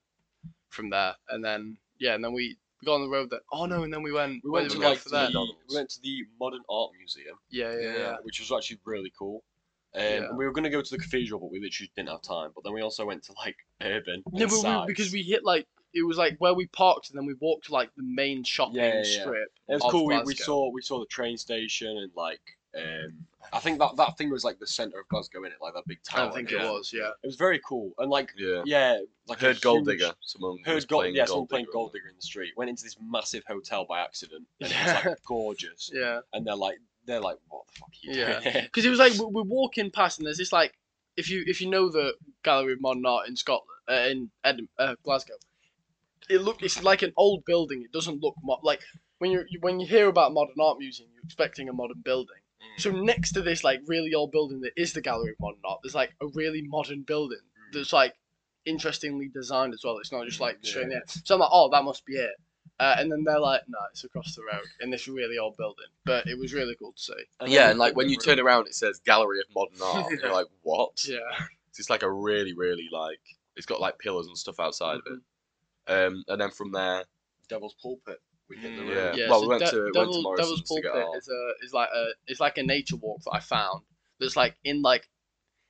Speaker 1: from there, and then yeah, and then we, we got on the road. That oh no, and then we went.
Speaker 3: We
Speaker 1: where
Speaker 3: went
Speaker 1: did
Speaker 3: to
Speaker 1: we go
Speaker 3: like
Speaker 1: for
Speaker 3: the,
Speaker 1: that?
Speaker 3: we went to the Modern Art Museum. uh,
Speaker 1: Yeah, yeah, yeah.
Speaker 4: Yeah.
Speaker 3: which was actually really cool. Um,
Speaker 1: Yeah.
Speaker 3: and we were going to go to the cathedral, but we literally didn't have time. But then we also went to like urban.
Speaker 1: No,
Speaker 3: and
Speaker 1: but we,
Speaker 3: Sides.
Speaker 1: because we hit like it was like where we parked, and then we walked to, like the main shopping
Speaker 3: Yeah, yeah, yeah.
Speaker 1: strip.
Speaker 3: it was
Speaker 1: of
Speaker 3: cool. We, we
Speaker 1: Glasgow.
Speaker 3: saw we saw the train station and like um, I think that that thing was like the center of Glasgow in it, like that big
Speaker 1: I
Speaker 3: tower.
Speaker 1: don't think it
Speaker 3: and everything.
Speaker 1: was. Yeah,
Speaker 3: It was very cool and like
Speaker 2: Yeah.
Speaker 3: yeah, like a
Speaker 2: Heard Gold
Speaker 3: huge-
Speaker 2: Digger. Someone was
Speaker 3: Heard gold.
Speaker 2: playing
Speaker 3: Yeah, someone
Speaker 2: Gold
Speaker 3: playing
Speaker 2: Digger.
Speaker 3: Gold Digger in the street. Went into this massive hotel by accident. And It was
Speaker 1: Yeah.
Speaker 3: like
Speaker 2: [laughs]
Speaker 3: gorgeous.
Speaker 1: yeah.
Speaker 3: And they're like they're like what the fuck are you
Speaker 1: Yeah.
Speaker 3: doing? [laughs] here?"
Speaker 1: Because it was like we- we're walking past, and there's this like if you if you know the Gallery of Modern Art in Scotland uh, in Edinburgh, uh, Glasgow, it look it's like an old building. It doesn't look mo- like when you you- when you hear about modern art museum, you're expecting a modern building.
Speaker 4: Mm.
Speaker 1: So next to this like really old building that is the Gallery of Modern Art, there's like a really modern building that's like interestingly designed as well. It's not just like
Speaker 3: Yeah.
Speaker 1: straight in there. So I'm like, oh, that must be it. Uh, and then they're like, no, it's across the road in this really old building. But it was really cool to see.
Speaker 3: And
Speaker 2: Yeah,
Speaker 3: then-
Speaker 2: and like when you turn around, it says Gallery of Modern Art. and
Speaker 4: Yeah.
Speaker 2: You're like, what?
Speaker 1: Yeah.
Speaker 2: It's just like a really, really like. It's got like pillars and stuff outside of it. Um, and then from there,
Speaker 3: Devil's Pulpit. We hit the
Speaker 4: Mm.
Speaker 3: road.
Speaker 2: Yeah.
Speaker 1: Yeah,
Speaker 2: Well,
Speaker 1: so
Speaker 2: we went
Speaker 1: De-
Speaker 2: to- went to
Speaker 1: Devil, Devil's
Speaker 2: Morrison's to get
Speaker 1: Pulpit
Speaker 2: our-
Speaker 1: is a is like a it's like a nature walk that I found. That's like in like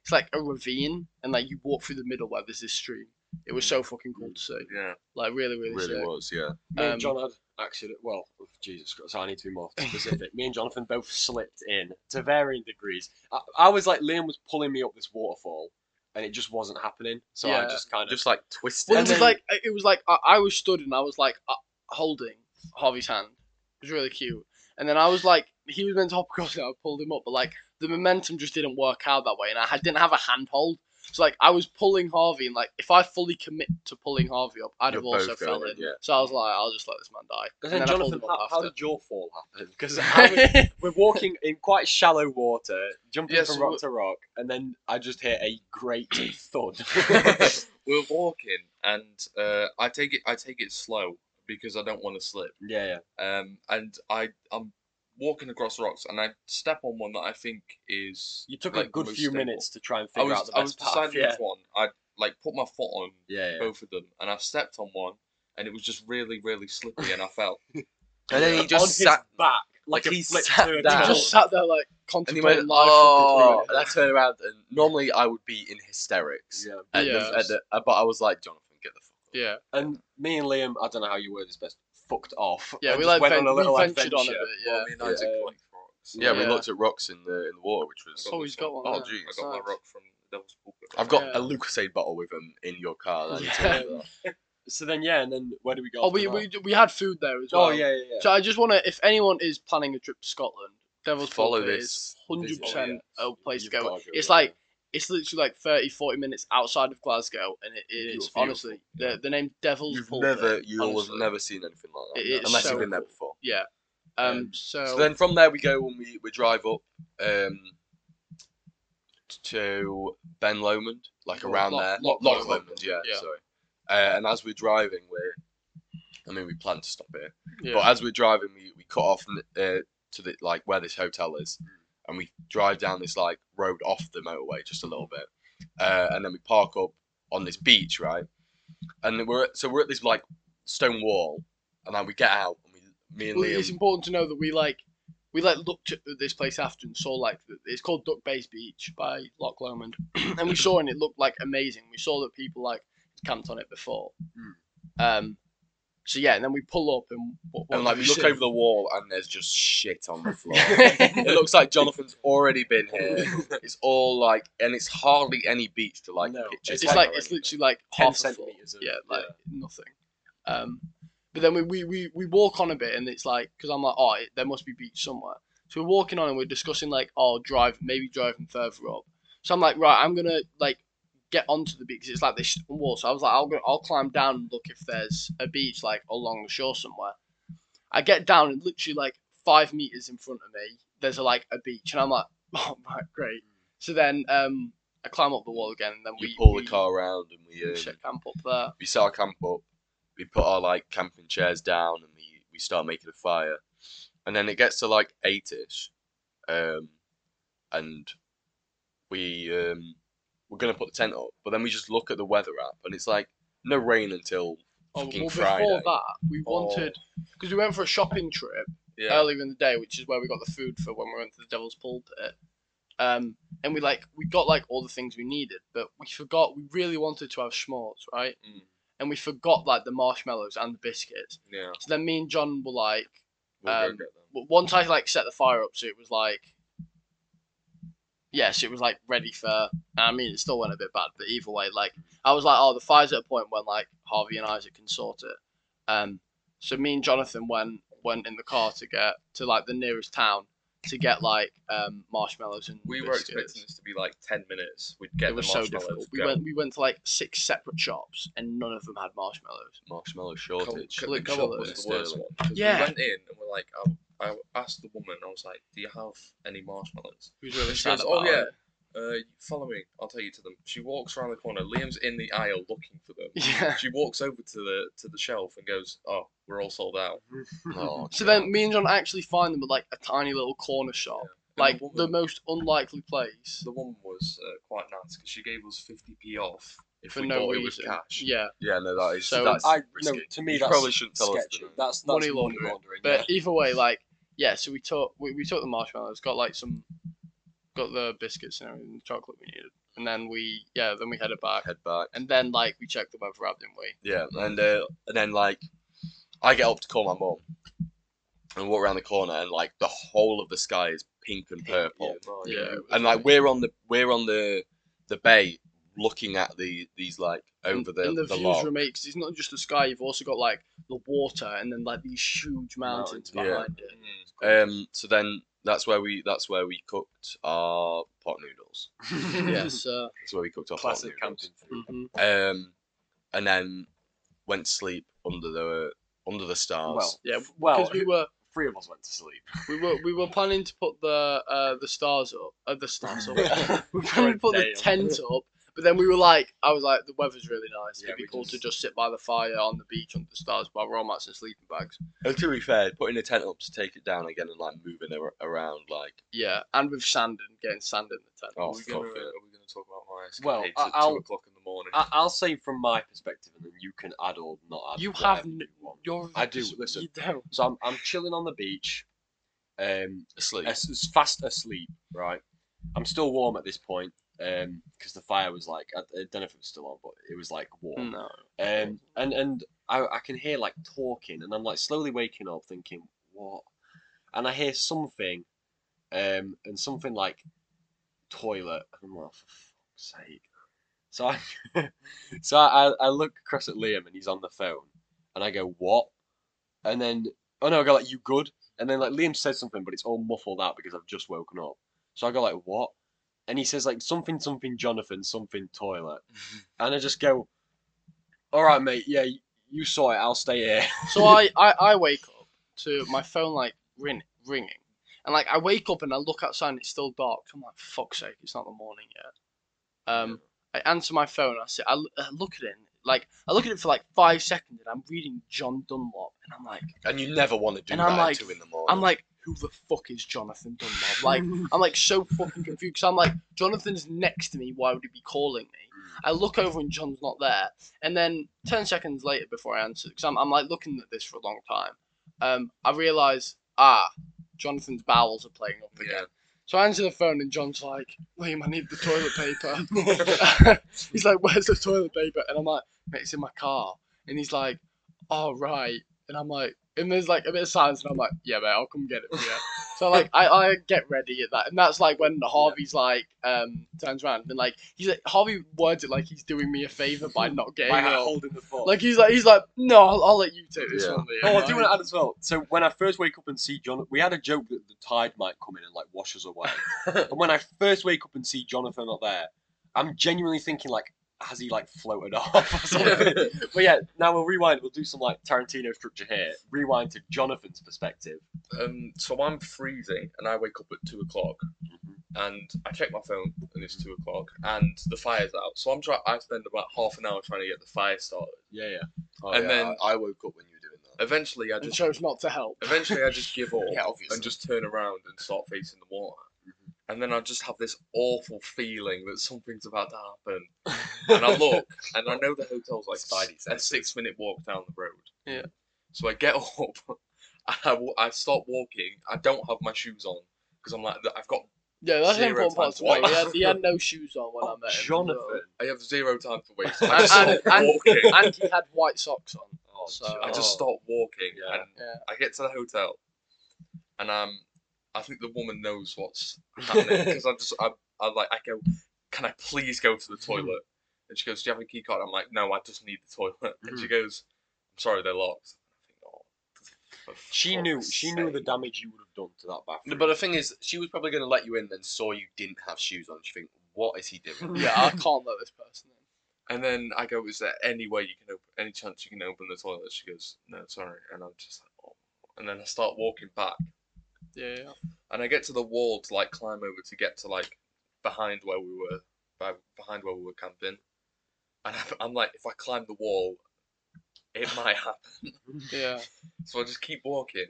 Speaker 1: it's like a ravine and like you walk through the middle where there's this stream. It was so fucking cool to see.
Speaker 4: Yeah.
Speaker 1: Like really, really,
Speaker 2: Hmm. really
Speaker 1: sick.
Speaker 2: was, yeah.
Speaker 3: Me
Speaker 1: Um,
Speaker 3: and John had accident. Well, oh, Jesus Christ, I need to be more [laughs] specific. me and Jonathan both slipped in to varying degrees. I, I was like, Liam was pulling me up this waterfall, and it just wasn't happening. So I
Speaker 1: Yeah.
Speaker 3: just kind of
Speaker 2: Just like twisted.
Speaker 1: Well,
Speaker 3: And
Speaker 1: it was
Speaker 3: then-
Speaker 1: like it was like I, I was stood and I was like uh, holding Harvey's hand. It was really cute. And then I was like, he was meant to hop across and I pulled him up, but like the momentum just didn't work out that way, and I had- didn't have a handhold. So like I was pulling Harvey, and like if I fully commit to pulling Harvey up, I'd
Speaker 2: You're
Speaker 1: have also
Speaker 2: both
Speaker 1: fell
Speaker 2: going,
Speaker 1: in.
Speaker 2: yeah.
Speaker 1: So I was like, I'll just let this man die.
Speaker 3: And then,
Speaker 1: I pulled
Speaker 3: Jonathan,
Speaker 1: him
Speaker 3: how,
Speaker 1: up
Speaker 3: how
Speaker 1: after.
Speaker 3: did your fall happen? Because
Speaker 1: [laughs]
Speaker 3: we're, we're walking in quite shallow water, jumping
Speaker 4: Yeah,
Speaker 3: from
Speaker 4: so
Speaker 3: rock to rock, and then I just hear a [coughs] great thud. [laughs]
Speaker 2: [laughs]
Speaker 4: We're walking, and uh, I take it. I take it slow because I don't want to slip.
Speaker 3: Yeah, yeah.
Speaker 4: Um, and I I'm walking across rocks and I step on one that I think is
Speaker 3: You took
Speaker 4: like,
Speaker 3: a good
Speaker 4: the most
Speaker 3: few
Speaker 4: stable.
Speaker 3: minutes to try and
Speaker 4: I
Speaker 3: figure out
Speaker 4: was
Speaker 3: the
Speaker 4: I was
Speaker 3: best path.
Speaker 4: deciding
Speaker 3: Yeah.
Speaker 4: which one. I like put my foot on
Speaker 3: yeah, yeah.
Speaker 4: both of them and I stepped on one and it was just really really slippery and I fell.
Speaker 2: And
Speaker 3: [laughs]
Speaker 2: then he
Speaker 3: on
Speaker 2: just sat.
Speaker 3: his back, like,
Speaker 2: like a
Speaker 3: he
Speaker 2: flip
Speaker 3: sat
Speaker 2: down.
Speaker 3: down.
Speaker 1: He just sat there like
Speaker 2: And he
Speaker 1: contemplating
Speaker 2: went,
Speaker 1: life.
Speaker 2: oh, and I turned around, and normally I would be in hysterics.
Speaker 3: yeah.
Speaker 2: At the-
Speaker 1: Yeah.
Speaker 2: at the- uh, but I was like, Jonathan, get the fuck up.
Speaker 1: Yeah,
Speaker 3: And me and Liam, I don't know how you word this best. Fucked off.
Speaker 1: yeah.
Speaker 3: and
Speaker 1: We like
Speaker 3: just went
Speaker 1: ven-
Speaker 3: on a little
Speaker 1: we ventured
Speaker 3: adventure.
Speaker 1: on a bit. Yeah.
Speaker 4: Well, me and Isaac
Speaker 3: Yeah.
Speaker 4: collect rocks.
Speaker 2: Yeah, we
Speaker 1: Yeah.
Speaker 2: looked at rocks in the in the water, which was.
Speaker 4: I got
Speaker 1: Oh,
Speaker 4: this
Speaker 1: he's got one.
Speaker 2: Oh,
Speaker 1: there.
Speaker 2: jeez.
Speaker 4: I got my
Speaker 1: Nice.
Speaker 4: rock from the Devil's Pulpit.
Speaker 2: I've got
Speaker 1: Yeah.
Speaker 2: a Lucasade bottle with them in your car. I need to
Speaker 1: Yeah.
Speaker 2: remember that.
Speaker 3: So then, yeah, and then where do we go?
Speaker 1: Oh,
Speaker 3: after
Speaker 1: we,
Speaker 3: that?
Speaker 1: we we had food there as well.
Speaker 3: Oh, yeah, yeah, yeah.
Speaker 1: So I just want to, if anyone is planning a trip to Scotland, Devil's
Speaker 2: Follow
Speaker 1: Pulpit
Speaker 2: this
Speaker 1: is hundred percent a place
Speaker 3: You've
Speaker 1: to go.
Speaker 3: gotta go
Speaker 1: It's
Speaker 3: there.
Speaker 1: like it's literally like 30, 40 minutes outside of Glasgow, and it, it is
Speaker 2: Beautiful.
Speaker 1: honestly the the name Devil's
Speaker 2: You've
Speaker 1: Pulpit.
Speaker 2: never, you'll
Speaker 1: honestly.
Speaker 2: have never seen anything like that,
Speaker 1: It is
Speaker 2: unless
Speaker 1: so
Speaker 2: you've been there
Speaker 1: cool.
Speaker 2: before.
Speaker 1: Yeah. Um.
Speaker 2: Um,
Speaker 1: so,
Speaker 2: So then from there we go and we, we drive up um, to Ben Lomond, like
Speaker 1: Loch-
Speaker 2: around
Speaker 1: Loch-
Speaker 2: there.
Speaker 1: Loch
Speaker 2: Loch
Speaker 1: Lomond.
Speaker 2: Lomond, yeah,
Speaker 1: Yeah.
Speaker 2: sorry. Uh, and as we're driving, we're, I mean, we plan to stop here.
Speaker 1: yeah.
Speaker 2: But as we're driving, we, we cut off n- uh, to the, like, where this hotel is. And we drive down this, like, road off the motorway just a little bit. Uh, and then we park up on this beach, right? And then we're, at, so we're at this, like, stone wall. And then we get out and we, me and
Speaker 1: well,
Speaker 2: Liam.
Speaker 1: it's important to know that we like we like looked at this place after and saw like th- it's called Duck Bay's Beach by Loch Lomond, [clears throat] and we saw and it looked like amazing. We saw that people like camped on it before. Um. So yeah, and then we pull up and what, what
Speaker 2: Hmm. and like
Speaker 1: do
Speaker 2: we
Speaker 1: we
Speaker 2: look
Speaker 1: see?
Speaker 2: over the wall and there's just shit on
Speaker 1: [laughs]
Speaker 2: the floor. it looks like Jonathan's already been here. It's all like, and it's hardly any beach to like
Speaker 3: No,
Speaker 2: pictures.
Speaker 1: It's,
Speaker 2: of
Speaker 1: like
Speaker 2: or
Speaker 1: it's
Speaker 2: anything.
Speaker 1: literally like
Speaker 3: ten
Speaker 1: half a foot.
Speaker 3: centimeters. Of,
Speaker 1: Yeah, like nothing. Um, but then we, we, we, we walk on a bit and it's like because I'm like, oh, it, there must be beach somewhere. So we're walking on and we're discussing like, oh, drive maybe driving further up. So I'm like, right, I'm gonna like get onto the beach 'cause it's like this stone wall. So I was like, I'll go, I'll climb down and look if there's a beach like along the shore somewhere. I get down and literally like five meters in front of me, there's a, like a beach, and I'm like, [laughs] oh right, great. So then um, I climb up the wall again, and then
Speaker 2: You
Speaker 1: we
Speaker 2: pull
Speaker 1: we,
Speaker 2: the car around and we
Speaker 1: we
Speaker 2: um,
Speaker 1: set camp up there.
Speaker 2: we set our camp up. We put our like camping chairs down and we we start making a fire. And then it gets to like eight ish, um, and we um we're gonna put the tent up. But then we just look at the weather app and it's like no rain until
Speaker 1: Oh, well,
Speaker 2: fucking
Speaker 1: before
Speaker 2: Friday. Oh.
Speaker 1: that, we
Speaker 2: or-
Speaker 1: wanted because we went for a shopping trip
Speaker 4: Yeah.
Speaker 1: earlier in the day, which is where we got the food for when we went to the Devil's Pulpit. Um, and we like we got like all the things we needed, but we forgot we really wanted to have schmaltz, right?
Speaker 4: Mm.
Speaker 1: And we forgot like the marshmallows and the biscuits.
Speaker 4: Yeah.
Speaker 1: So then me and John were like,
Speaker 4: We'll
Speaker 1: Um,
Speaker 4: go get them.
Speaker 1: w- once I like set the fire up, so it was like, yes, it was like ready for. I mean, it still went a bit bad, but either way, like I was like, oh, the fire's at a point when like Harvey and Isaac can sort it. Um, so me and Jonathan went went in the car to get to like the nearest town to get like um marshmallows and
Speaker 4: We were
Speaker 1: biscuits.
Speaker 4: expecting this to be like ten minutes. We'd
Speaker 1: It
Speaker 4: get the
Speaker 1: was so
Speaker 4: marshmallows,
Speaker 1: difficult. We
Speaker 4: go.
Speaker 1: went we went to like six separate shops and none of them had marshmallows.
Speaker 2: Marshmallow shortage.
Speaker 4: Co- co- the co-op was the worst one. 'cause
Speaker 1: Yeah.
Speaker 4: We went in and we're like, um, I, I asked the woman, I was like, "Do you have any marshmallows?"
Speaker 1: He was really
Speaker 4: She
Speaker 1: sad
Speaker 4: goes, "Oh
Speaker 1: about
Speaker 4: yeah,
Speaker 1: it.
Speaker 4: uh, you follow me. I'll tell you to them." She walks around the corner. Liam's in the aisle looking for them.
Speaker 1: [laughs] Yeah.
Speaker 4: She walks over to the to the shelf and goes, "Oh, we're all sold out."
Speaker 1: [laughs]
Speaker 2: Oh,
Speaker 1: So
Speaker 2: God.
Speaker 1: then me and John actually find them at like a tiny little corner shop.
Speaker 4: And
Speaker 1: like
Speaker 4: the, woman,
Speaker 1: the most unlikely place
Speaker 4: the woman was uh, quite nice because she gave us fifty p off if
Speaker 1: for
Speaker 4: we
Speaker 1: no
Speaker 4: bought it with
Speaker 1: reason.
Speaker 4: cash.
Speaker 1: Yeah,
Speaker 2: Yeah, no, that is
Speaker 1: So
Speaker 2: that's
Speaker 3: I no,
Speaker 2: risky.
Speaker 3: to me
Speaker 2: You
Speaker 3: that's
Speaker 2: probably shouldn't tell us
Speaker 3: sketchy.
Speaker 2: the-
Speaker 3: That's, that's
Speaker 1: Money
Speaker 3: money [laughs] laundering.
Speaker 1: laundering. but
Speaker 3: yeah.
Speaker 1: either way, like yeah, so we took we, we took the marshmallows, got like some, got the biscuits and everything, the chocolate we needed, and then we yeah, then we headed back,
Speaker 2: head back.
Speaker 1: and then like we checked the weather app, didn't we?
Speaker 2: Yeah, and uh, and then like I get up to call my mum and walk around the corner, and like the whole of the sky is pink and purple,
Speaker 4: Oh,
Speaker 1: Yeah.
Speaker 4: it was
Speaker 2: and like we're on the we're on the the bay looking at the these like
Speaker 1: And-
Speaker 2: over the
Speaker 1: and the,
Speaker 2: the
Speaker 1: views
Speaker 2: loch.
Speaker 1: were amazing 'cause it's not just the sky; you've also got like the water, and then like these huge mountains
Speaker 3: Mountains,
Speaker 2: yeah.
Speaker 1: behind it.
Speaker 4: Mm.
Speaker 2: Um, so then that's where we that's where we cooked our pot noodles.
Speaker 1: [laughs] yes, uh,
Speaker 2: That's where we cooked our
Speaker 3: [laughs] classic
Speaker 2: pot noodles.
Speaker 3: camping food.
Speaker 1: mhm.
Speaker 2: Um, and then went to sleep under the under the stars.
Speaker 3: Well,
Speaker 1: Mm. Yeah,
Speaker 3: yeah, well,
Speaker 1: because we were
Speaker 3: three of us went
Speaker 1: [laughs]
Speaker 3: to sleep.
Speaker 1: we were we were planning to put the uh the stars up, uh, the stars up.
Speaker 3: [laughs] Yeah.
Speaker 1: We're planning to put the
Speaker 3: Damn.
Speaker 1: tent up, But then we were like, I was like, the weather's really nice.
Speaker 2: Yeah,
Speaker 1: It'd be
Speaker 2: we
Speaker 1: cool
Speaker 2: just-
Speaker 1: to just sit by the fire on the beach under the stars while we're all mats and sleeping bags.
Speaker 2: And to be fair, putting the tent up to take it down again and like moving ar- around, like
Speaker 1: Yeah, and with sand and getting sand in the tent.
Speaker 2: oh
Speaker 4: are, we
Speaker 2: fuck
Speaker 4: gonna,
Speaker 2: it.
Speaker 4: are we gonna talk about my escapades
Speaker 3: Well, I-
Speaker 4: at
Speaker 3: I'll-
Speaker 4: two o'clock in the morning?
Speaker 3: I, I'll say from my perspective, and then you can add or not add.
Speaker 1: You
Speaker 3: whatever
Speaker 1: have n-
Speaker 3: you want.
Speaker 1: You're,
Speaker 3: I do, listen.
Speaker 1: You don't.
Speaker 3: So I'm, I'm chilling on the beach, um,
Speaker 2: Asleep.
Speaker 3: as, as fast asleep, right? I'm still warm at this point because the fire was like, I, I don't know if it was still on, but it was like warm.
Speaker 1: No.
Speaker 3: Um, and and I, I can hear like talking, and I'm like slowly waking up thinking, what? And I hear something, um, and something like toilet. And I'm like, for fuck's sake. So I, [laughs] so I, I look across at Liam and he's on the phone, and I go, what? And then, oh no, I go like, you good? And then like Liam says something, but it's all muffled out because I've just woken up. So I go like, what? And he says like something, something, Jonathan, something,
Speaker 1: [laughs]
Speaker 3: toilet. And I just go, all right, mate, yeah, y- you saw it. I'll stay here.
Speaker 1: So I, I, I wake up to my phone like ring, ringing. And like I wake up and I look outside and it's still dark. I'm like, fuck's sake, it's not the morning yet. Um, I answer my phone. I sit. I, l- I look at it. And, like I look at it for like five seconds, and I'm reading John Dunlop, and I'm like,
Speaker 2: and you never want to do
Speaker 1: And
Speaker 2: that
Speaker 1: I'm
Speaker 2: at
Speaker 1: like-
Speaker 2: two in the morning.
Speaker 1: I'm like, who the fuck is Jonathan Dunlop? [laughs]
Speaker 3: [laughs]
Speaker 1: Like, I'm like so fucking confused because I'm like, Jonathan's next to me. Why would he be calling me? I look over and John's not there. And then ten seconds later, before I answer, because I'm, I'm like looking at this for a long time, um, I realise ah, Jonathan's bowels are playing up again.
Speaker 4: Yeah.
Speaker 1: So I answer the phone and John's like, Liam, I need the toilet paper. [laughs] he's like, where's the toilet paper? And I'm like, mate, it's in my car. And he's like, oh, right. And I'm like, and there's like a bit of silence and I'm like, yeah, mate, I'll come get it for you. So like I, I get ready at that, and that's like when Harvey's like um turns around and like he's like Harvey words it like he's doing me a favor by not getting
Speaker 3: By
Speaker 1: it.
Speaker 3: holding the phone.
Speaker 1: Like he's like he's like no, I'll, I'll let you take this
Speaker 2: Yeah.
Speaker 1: one. Liam."
Speaker 3: Oh, I
Speaker 1: [laughs] Like,
Speaker 3: do want to add as well. So when I first wake up and see John, we had a joke that the tide might come in and like wash us
Speaker 1: [laughs]
Speaker 3: away. and when I first wake up and see Jonathan not there, I'm genuinely thinking like, has he like floated [laughs] off or something?
Speaker 1: [laughs]
Speaker 3: but yeah, now we'll rewind. We'll do some like Tarantino structure here. Rewind to Jonathan's
Speaker 1: [laughs]
Speaker 3: perspective.
Speaker 4: um, so I'm freezing and I wake up at two o'clock and I check my phone and it's two o'clock and the fire's out. So I'm trying. I spend about half an hour trying to get the fire started.
Speaker 3: Yeah, yeah.
Speaker 2: Oh,
Speaker 4: and
Speaker 2: yeah,
Speaker 4: then-
Speaker 2: I, I woke up when you were doing that.
Speaker 4: Eventually, I
Speaker 1: And
Speaker 4: just
Speaker 1: chose not to help.
Speaker 4: eventually I just give up
Speaker 1: Yeah, obviously.
Speaker 4: and just turn around and start facing the water.
Speaker 2: Mm-hmm.
Speaker 4: And then I just have this awful feeling that something's about to happen. And
Speaker 2: [laughs]
Speaker 4: I look, and I know the hotel's like
Speaker 2: Spidey
Speaker 4: a
Speaker 2: senses.
Speaker 4: six minute walk down the road.
Speaker 1: Yeah.
Speaker 4: So I get [laughs] up, and I, wa- I start walking. I don't have my shoes on because I'm like, I've got,
Speaker 1: Yeah, that's the
Speaker 4: Zero
Speaker 1: important part to
Speaker 4: times
Speaker 1: me. He had, he had no shoes on
Speaker 3: um,
Speaker 1: when I
Speaker 3: uh,
Speaker 1: met him.
Speaker 3: Oh, Jonathan.
Speaker 4: I have zero time to
Speaker 3: [laughs]
Speaker 4: waste.
Speaker 1: And-
Speaker 4: I just start
Speaker 1: and-
Speaker 4: walking.
Speaker 1: and he had white socks on.
Speaker 3: Oh,
Speaker 1: So-
Speaker 4: I just start walking,
Speaker 3: Yeah.
Speaker 4: and
Speaker 1: Yeah.
Speaker 4: I get to the hotel, and um, I think the woman knows
Speaker 3: [laughs]
Speaker 4: what's happening because I just I, I like I go, can I please go to
Speaker 3: Mm-hmm.
Speaker 4: the toilet? And she goes, do you have a key card? I'm like, no, I just need the toilet. And she
Speaker 3: Mm-hmm.
Speaker 4: goes, I'm sorry, they're locked. I think, oh, for
Speaker 3: she
Speaker 4: fuck's
Speaker 3: knew. She knew the
Speaker 4: sake.
Speaker 3: damage you would have done to that
Speaker 2: No,
Speaker 3: bathroom.
Speaker 2: But uh, the thing is, she was probably going to let you in, then saw you didn't have shoes on. She think, what is
Speaker 1: [laughs]
Speaker 2: he doing?
Speaker 1: Yeah, I can't let this person in.
Speaker 4: And then I go, is there any way you can open, any chance you can open the toilet? She goes, no, sorry. And I'm just like, oh. And then I start walking back,
Speaker 1: Yeah, yeah.
Speaker 4: and I get to the wall to like climb over to get to like behind where we were by, behind where we were camping, and I'm, I'm like, if I climb the wall, it might [laughs] happen.
Speaker 1: Yeah.
Speaker 4: So I just keep walking,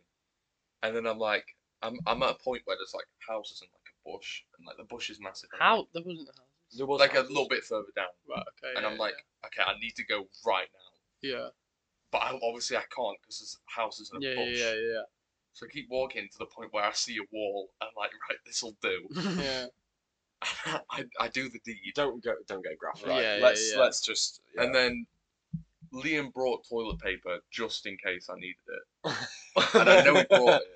Speaker 4: and then I'm like, I'm I'm at a point where there's like houses and like a bush, and like the bush is massive. and I'm
Speaker 1: How there wasn't a house.
Speaker 3: there was
Speaker 4: Like, like a little bit further down,
Speaker 1: Right. Okay.
Speaker 4: and
Speaker 1: yeah,
Speaker 4: I'm like, okay, I need to go right now,
Speaker 1: yeah.
Speaker 4: but I, obviously I can't because there's houses and a
Speaker 1: Yeah. Yeah.
Speaker 4: bush.
Speaker 1: Yeah. Yeah.
Speaker 4: So I keep walking to the point where I see a wall, and like, right, this'll do. [laughs]
Speaker 2: [laughs]
Speaker 1: Yeah. yeah.
Speaker 4: I I do the deed.
Speaker 3: Don't go. Don't get graphic.
Speaker 2: Right,
Speaker 3: [laughs]
Speaker 1: Yeah, yeah,
Speaker 2: let's
Speaker 1: yeah.
Speaker 2: let's just. Yeah.
Speaker 4: And then Liam brought toilet paper just in case I needed
Speaker 2: [laughs]
Speaker 4: it. and I know
Speaker 3: [laughs]
Speaker 4: he brought it.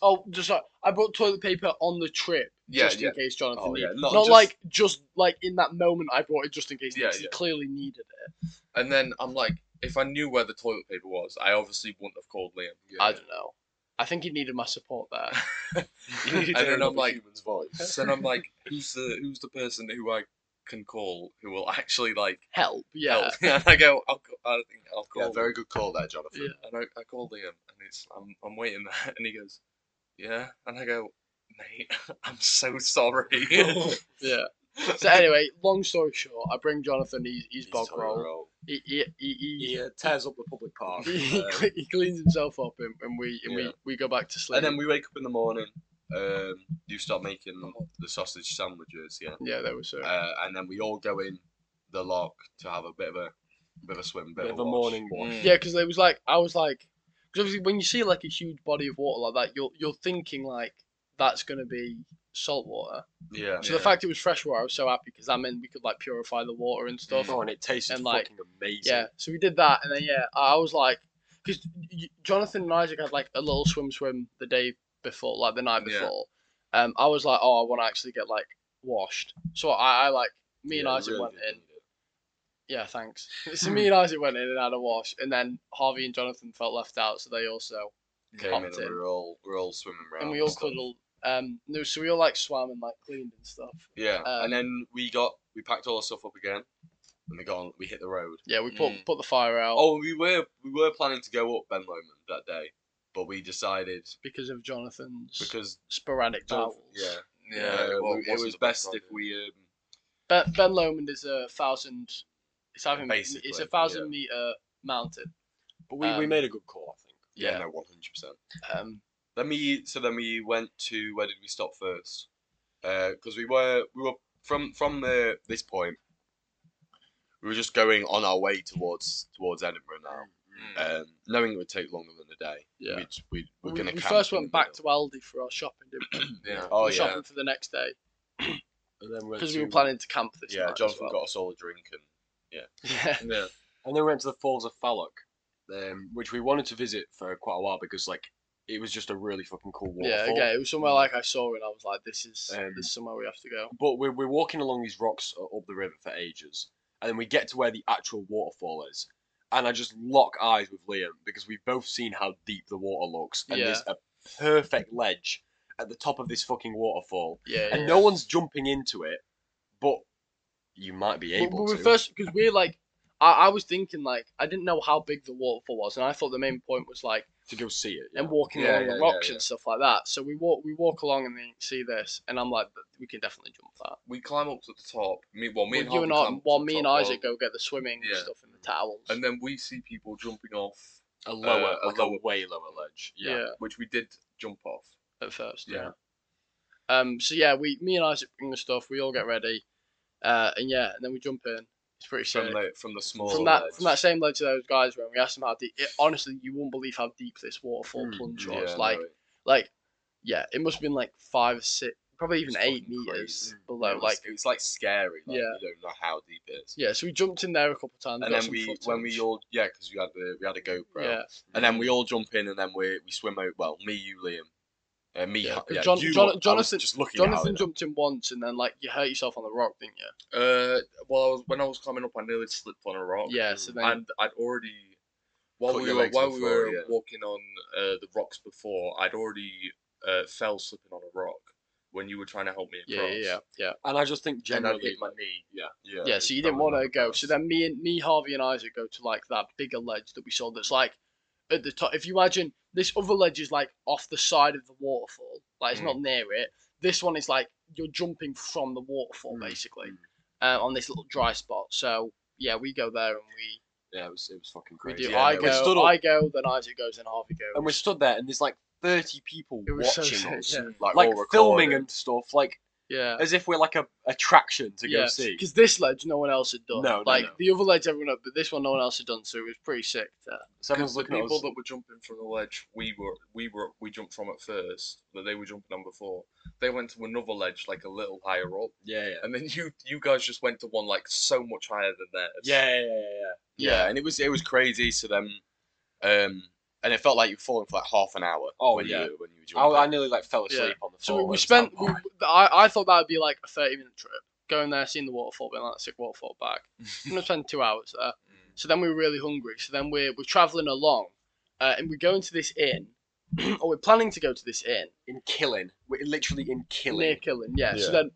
Speaker 1: Oh, just like I brought toilet paper on the trip,
Speaker 2: Yeah,
Speaker 1: just
Speaker 2: yeah.
Speaker 1: in case Jonathan
Speaker 2: Oh, yeah,
Speaker 1: needed.
Speaker 2: not
Speaker 1: Not,
Speaker 2: just-
Speaker 1: like just like in that moment I brought it just in case
Speaker 4: Yeah,
Speaker 1: he
Speaker 4: yeah.
Speaker 1: clearly needed it.
Speaker 4: And then I'm like, if I knew where the toilet paper was, I obviously wouldn't have called Liam.
Speaker 1: I don't know. I think he needed my support there. [laughs]
Speaker 2: you need to
Speaker 4: and
Speaker 2: hear
Speaker 4: then I'm
Speaker 2: another
Speaker 4: like-
Speaker 2: human's voice.
Speaker 4: So then I'm like, who's the who's the person who I can call who will actually like
Speaker 1: Help, yeah.
Speaker 4: help? [laughs] And I go, I'll call, I think I'll call.
Speaker 2: Yeah, very good call there, Jonathan.
Speaker 1: Yeah.
Speaker 4: And I, I call Liam, and it's I'm I'm waiting there, [laughs] and he goes, [laughs]
Speaker 2: [laughs] Mm.
Speaker 4: yeah, and I go, mate, I'm so sorry. [laughs]
Speaker 1: Yeah. So anyway, long story short, I bring Jonathan. He's he's,
Speaker 2: He's
Speaker 1: bog
Speaker 2: total
Speaker 1: roll.
Speaker 2: roll.
Speaker 1: He he he, he,
Speaker 3: He uh, tears up the public park.
Speaker 1: he, [laughs] he,
Speaker 3: Um,
Speaker 1: cle- he cleans himself up, and, and we and
Speaker 2: Yeah.
Speaker 1: we, we go back to sleep.
Speaker 2: And then we wake up in the morning. Um, you start making the sausage sandwiches, yeah.
Speaker 1: yeah, that was so.
Speaker 2: Uh, and then we all go in the lock to have a bit of a bit of a swim, bit,
Speaker 3: [laughs] bit of a
Speaker 2: wash.
Speaker 3: morning wash.
Speaker 1: Yeah, because it was like I was like, because obviously when you see like a huge body of water like that, you're you're thinking like that's gonna be salt water.
Speaker 2: Yeah.
Speaker 1: So the
Speaker 4: Yeah.
Speaker 1: fact it was fresh water, I was so happy because that meant we could like purify the water and stuff.
Speaker 3: Oh, and it tasted
Speaker 1: And, like,
Speaker 3: fucking amazing.
Speaker 1: Yeah, so we did that, and then yeah, I I was like, because Jonathan and Isaac had like a little swim swim the day before, like the night
Speaker 4: Yeah.
Speaker 1: before. Um, I was like, oh, I want to actually get like washed. So I, I like me and
Speaker 2: Yeah,
Speaker 1: Isaac
Speaker 2: really
Speaker 1: went
Speaker 2: good
Speaker 1: in.
Speaker 2: thing you did.
Speaker 1: Yeah,
Speaker 2: [laughs]
Speaker 1: thanks. So me and Isaac went in and had a wash, and then Harvey and Jonathan felt left out, so they also
Speaker 2: Came
Speaker 1: Popped
Speaker 2: in and
Speaker 1: in.
Speaker 2: we were all we were all swimming around.
Speaker 1: and we all
Speaker 2: and stuff.
Speaker 1: cuddled. Um, no, so we all like swam and like cleaned and stuff.
Speaker 2: Yeah.
Speaker 1: Um,
Speaker 2: and then we got we packed all our stuff up again, and we got on, we hit the road.
Speaker 1: Yeah, we put
Speaker 4: Mm.
Speaker 1: put the fire out
Speaker 2: Oh, we were we were planning to go up Ben Lomond that day, but we decided
Speaker 1: because of Jonathan's
Speaker 2: because
Speaker 1: sporadic
Speaker 2: Jonathan-
Speaker 1: bowels.
Speaker 2: yeah,
Speaker 4: Yeah,
Speaker 2: uh,
Speaker 4: well,
Speaker 2: we- it
Speaker 4: wasn't
Speaker 2: was
Speaker 4: the
Speaker 2: best if
Speaker 4: idea.
Speaker 2: we um,
Speaker 1: Ben, ben Lomond is a thousand. It's I think
Speaker 2: Basically,
Speaker 1: it's a thousand meter mountain.
Speaker 3: But we, we
Speaker 1: Um,
Speaker 3: made a good call, I think.
Speaker 2: yeah,
Speaker 1: Yeah.
Speaker 2: no one hundred percent.
Speaker 1: Um,
Speaker 2: Then we so then we went to where did we stop first? Because we were we were from from the this point. We were just going on our way towards towards Edinburgh now,
Speaker 4: Mm.
Speaker 2: um, knowing it would take longer than a day.
Speaker 1: Yeah.
Speaker 2: we'd, we'd, we're
Speaker 1: we,
Speaker 2: gonna
Speaker 1: we
Speaker 2: camp
Speaker 1: first
Speaker 2: in
Speaker 1: went
Speaker 2: the
Speaker 1: back to
Speaker 2: middle.
Speaker 1: Aldi for our shopping, didn't we?
Speaker 4: yeah.
Speaker 2: Oh
Speaker 1: We're
Speaker 2: yeah,
Speaker 1: shopping for the next day
Speaker 3: And then went
Speaker 1: because we were
Speaker 3: to-
Speaker 1: planning to camp this
Speaker 2: yeah.
Speaker 1: night. as
Speaker 2: Jonathan
Speaker 1: well.
Speaker 2: got us all a drink and
Speaker 1: [laughs] Yeah.
Speaker 4: Yeah.
Speaker 3: And then we went to the Falls of Falloc, um, which we wanted to visit for quite a while because, like, it was just a really fucking cool waterfall.
Speaker 1: Yeah, okay. It was somewhere like I saw it. I was like, "This is
Speaker 3: Um,
Speaker 1: this is somewhere we have to go."
Speaker 3: But we're, we're walking along these rocks u- up the river for ages, and then we get to where the actual waterfall is. And I just lock eyes with Liam because we've both seen how deep the water looks, and there's a perfect ledge at the top of this fucking waterfall,
Speaker 1: Yeah,
Speaker 3: and
Speaker 1: yeah.
Speaker 3: no one's jumping into it, but you might be
Speaker 1: Well,
Speaker 3: able
Speaker 1: well,
Speaker 3: to.
Speaker 1: we first because we're like, I, I was thinking like I didn't know how big the waterfall was, and I thought the main point was like
Speaker 3: to go see it.
Speaker 1: them walking
Speaker 2: Yeah,
Speaker 1: along
Speaker 2: yeah,
Speaker 1: the
Speaker 2: yeah,
Speaker 1: rocks
Speaker 2: yeah.
Speaker 1: and stuff like that. So we walk we walk along and then see this, and I'm like, we can definitely jump that.
Speaker 4: We climb up to the top. Me, well, me and
Speaker 1: Well, you
Speaker 4: Harvey
Speaker 1: and
Speaker 4: climb
Speaker 1: I,
Speaker 4: up to
Speaker 1: while
Speaker 4: the
Speaker 1: me
Speaker 4: top
Speaker 1: and
Speaker 4: while-
Speaker 1: Isaac go get the swimming
Speaker 4: Yeah.
Speaker 1: stuff and the towels.
Speaker 4: and then we see people jumping off,
Speaker 3: a lower,
Speaker 4: uh, a
Speaker 3: like a
Speaker 4: lower-
Speaker 3: way lower ledge.
Speaker 1: yeah.
Speaker 3: Yeah.
Speaker 4: which we did jump off.
Speaker 1: at first. Yeah.
Speaker 4: Yeah.
Speaker 1: Um. So yeah, we me and Isaac bring the stuff. We all get ready, uh, and yeah, and then we jump in. It's pretty sick.
Speaker 2: from the from the small
Speaker 1: from that
Speaker 2: ledge.
Speaker 1: from that same load to those guys when we asked them how deep it, honestly you won't believe how deep this waterfall
Speaker 3: Mm,
Speaker 1: plunge
Speaker 2: Yeah,
Speaker 1: was
Speaker 2: no,
Speaker 1: like
Speaker 2: it-
Speaker 1: like yeah it must have been like five six probably even
Speaker 2: It's
Speaker 1: eight
Speaker 2: fucking
Speaker 1: meters
Speaker 2: crazy.
Speaker 1: below
Speaker 2: it was-
Speaker 1: like
Speaker 2: it's like scary. Like,
Speaker 1: Yeah.
Speaker 2: you don't know how deep it is.
Speaker 1: yeah so we jumped in there a couple times got
Speaker 2: and then
Speaker 1: some
Speaker 2: we when we
Speaker 1: footage.
Speaker 2: all yeah because we had the we had a GoPro.
Speaker 1: yeah
Speaker 2: And then we all jump in, and then we we swim out. Well, me, you, Liam, uh, me.
Speaker 1: Yeah,
Speaker 2: Yeah,
Speaker 1: 'cause Jon-
Speaker 2: you,
Speaker 1: Jon-
Speaker 2: I was
Speaker 1: Jonathan-
Speaker 2: just looking at
Speaker 1: Jonathan
Speaker 2: it.
Speaker 1: jumped in once and then like you hurt yourself on the rock didn't you
Speaker 4: Uh, well, I was when I was climbing up, I nearly slipped on a rock,
Speaker 1: yeah so then
Speaker 4: and I'd already while
Speaker 2: Cut
Speaker 4: we
Speaker 2: your
Speaker 4: were
Speaker 2: legs
Speaker 4: while we
Speaker 2: before,
Speaker 4: were
Speaker 2: yeah.
Speaker 4: walking on uh, the rocks before, I'd already uh, fell slipping on a rock when you were trying to help me
Speaker 1: yeah
Speaker 4: across.
Speaker 1: yeah yeah
Speaker 3: And I just think
Speaker 4: And I
Speaker 3: generally,
Speaker 4: hit my knee.
Speaker 3: yeah,
Speaker 2: Yeah,
Speaker 1: yeah so you didn't want to go so then me and me Harvey and Isaac go to like that bigger ledge that we saw that's like at the top if you imagine this other ledge is like off the side of the waterfall like it's
Speaker 3: Mm.
Speaker 1: not near it this one is like you're jumping from the waterfall
Speaker 3: Mm,
Speaker 1: basically
Speaker 3: mm.
Speaker 1: uh, on this little dry spot so yeah we go there and we
Speaker 3: yeah, it was it was fucking
Speaker 1: we
Speaker 3: crazy.
Speaker 1: do
Speaker 2: Yeah,
Speaker 1: I
Speaker 2: no,
Speaker 1: go
Speaker 2: we
Speaker 3: stood up-
Speaker 1: I go then Isaac goes and Harvey goes
Speaker 3: and we stood there, and there's like thirty people
Speaker 1: It was so
Speaker 3: watching
Speaker 1: sick,
Speaker 3: us,
Speaker 1: yeah.
Speaker 2: like,
Speaker 3: like
Speaker 2: all
Speaker 3: filming
Speaker 2: recorded.
Speaker 3: and stuff, like
Speaker 1: [laughs] yeah
Speaker 3: as if we're like a attraction to go see.
Speaker 1: because this ledge no one else had done.
Speaker 3: No, no,
Speaker 1: like
Speaker 3: no.
Speaker 1: the other ledge everyone had, but this one no one else had done, so it was pretty sick. To,
Speaker 3: So everyone's
Speaker 4: Because the
Speaker 3: looking at
Speaker 4: people
Speaker 3: us.
Speaker 4: that were jumping from the ledge, we were we were we jumped from at first, but they were jumping on before. They went to another ledge, like a little higher up,
Speaker 3: Yeah, yeah,
Speaker 4: and then you you guys just went to one like so much higher than theirs.
Speaker 3: yeah, yeah, yeah, yeah.
Speaker 2: Yeah, and it was it was crazy. So then, um, and it felt like you were falling for like half an hour.
Speaker 3: Oh,
Speaker 2: when
Speaker 3: yeah.
Speaker 2: you when you were
Speaker 3: I,
Speaker 2: jumping.
Speaker 3: I nearly like fell asleep on the
Speaker 1: so
Speaker 2: Oh,
Speaker 3: floor.
Speaker 1: we,
Speaker 3: It
Speaker 1: we
Speaker 3: was
Speaker 1: spent.
Speaker 3: that
Speaker 1: We,
Speaker 3: hard.
Speaker 1: I I thought that would be like a thirty minute trip. Going there, seeing the waterfall, being like sick waterfall
Speaker 2: [laughs]
Speaker 1: back. I'm gonna spend two hours there.
Speaker 4: Mm.
Speaker 1: So then we were really hungry. So then we're we're traveling along, uh, and we go into this inn, [clears throat] or we're planning to go to this inn
Speaker 3: [laughs] in killing. We're literally in
Speaker 1: near
Speaker 3: killing.
Speaker 1: Killing. Yeah. So
Speaker 2: Yeah.
Speaker 1: then,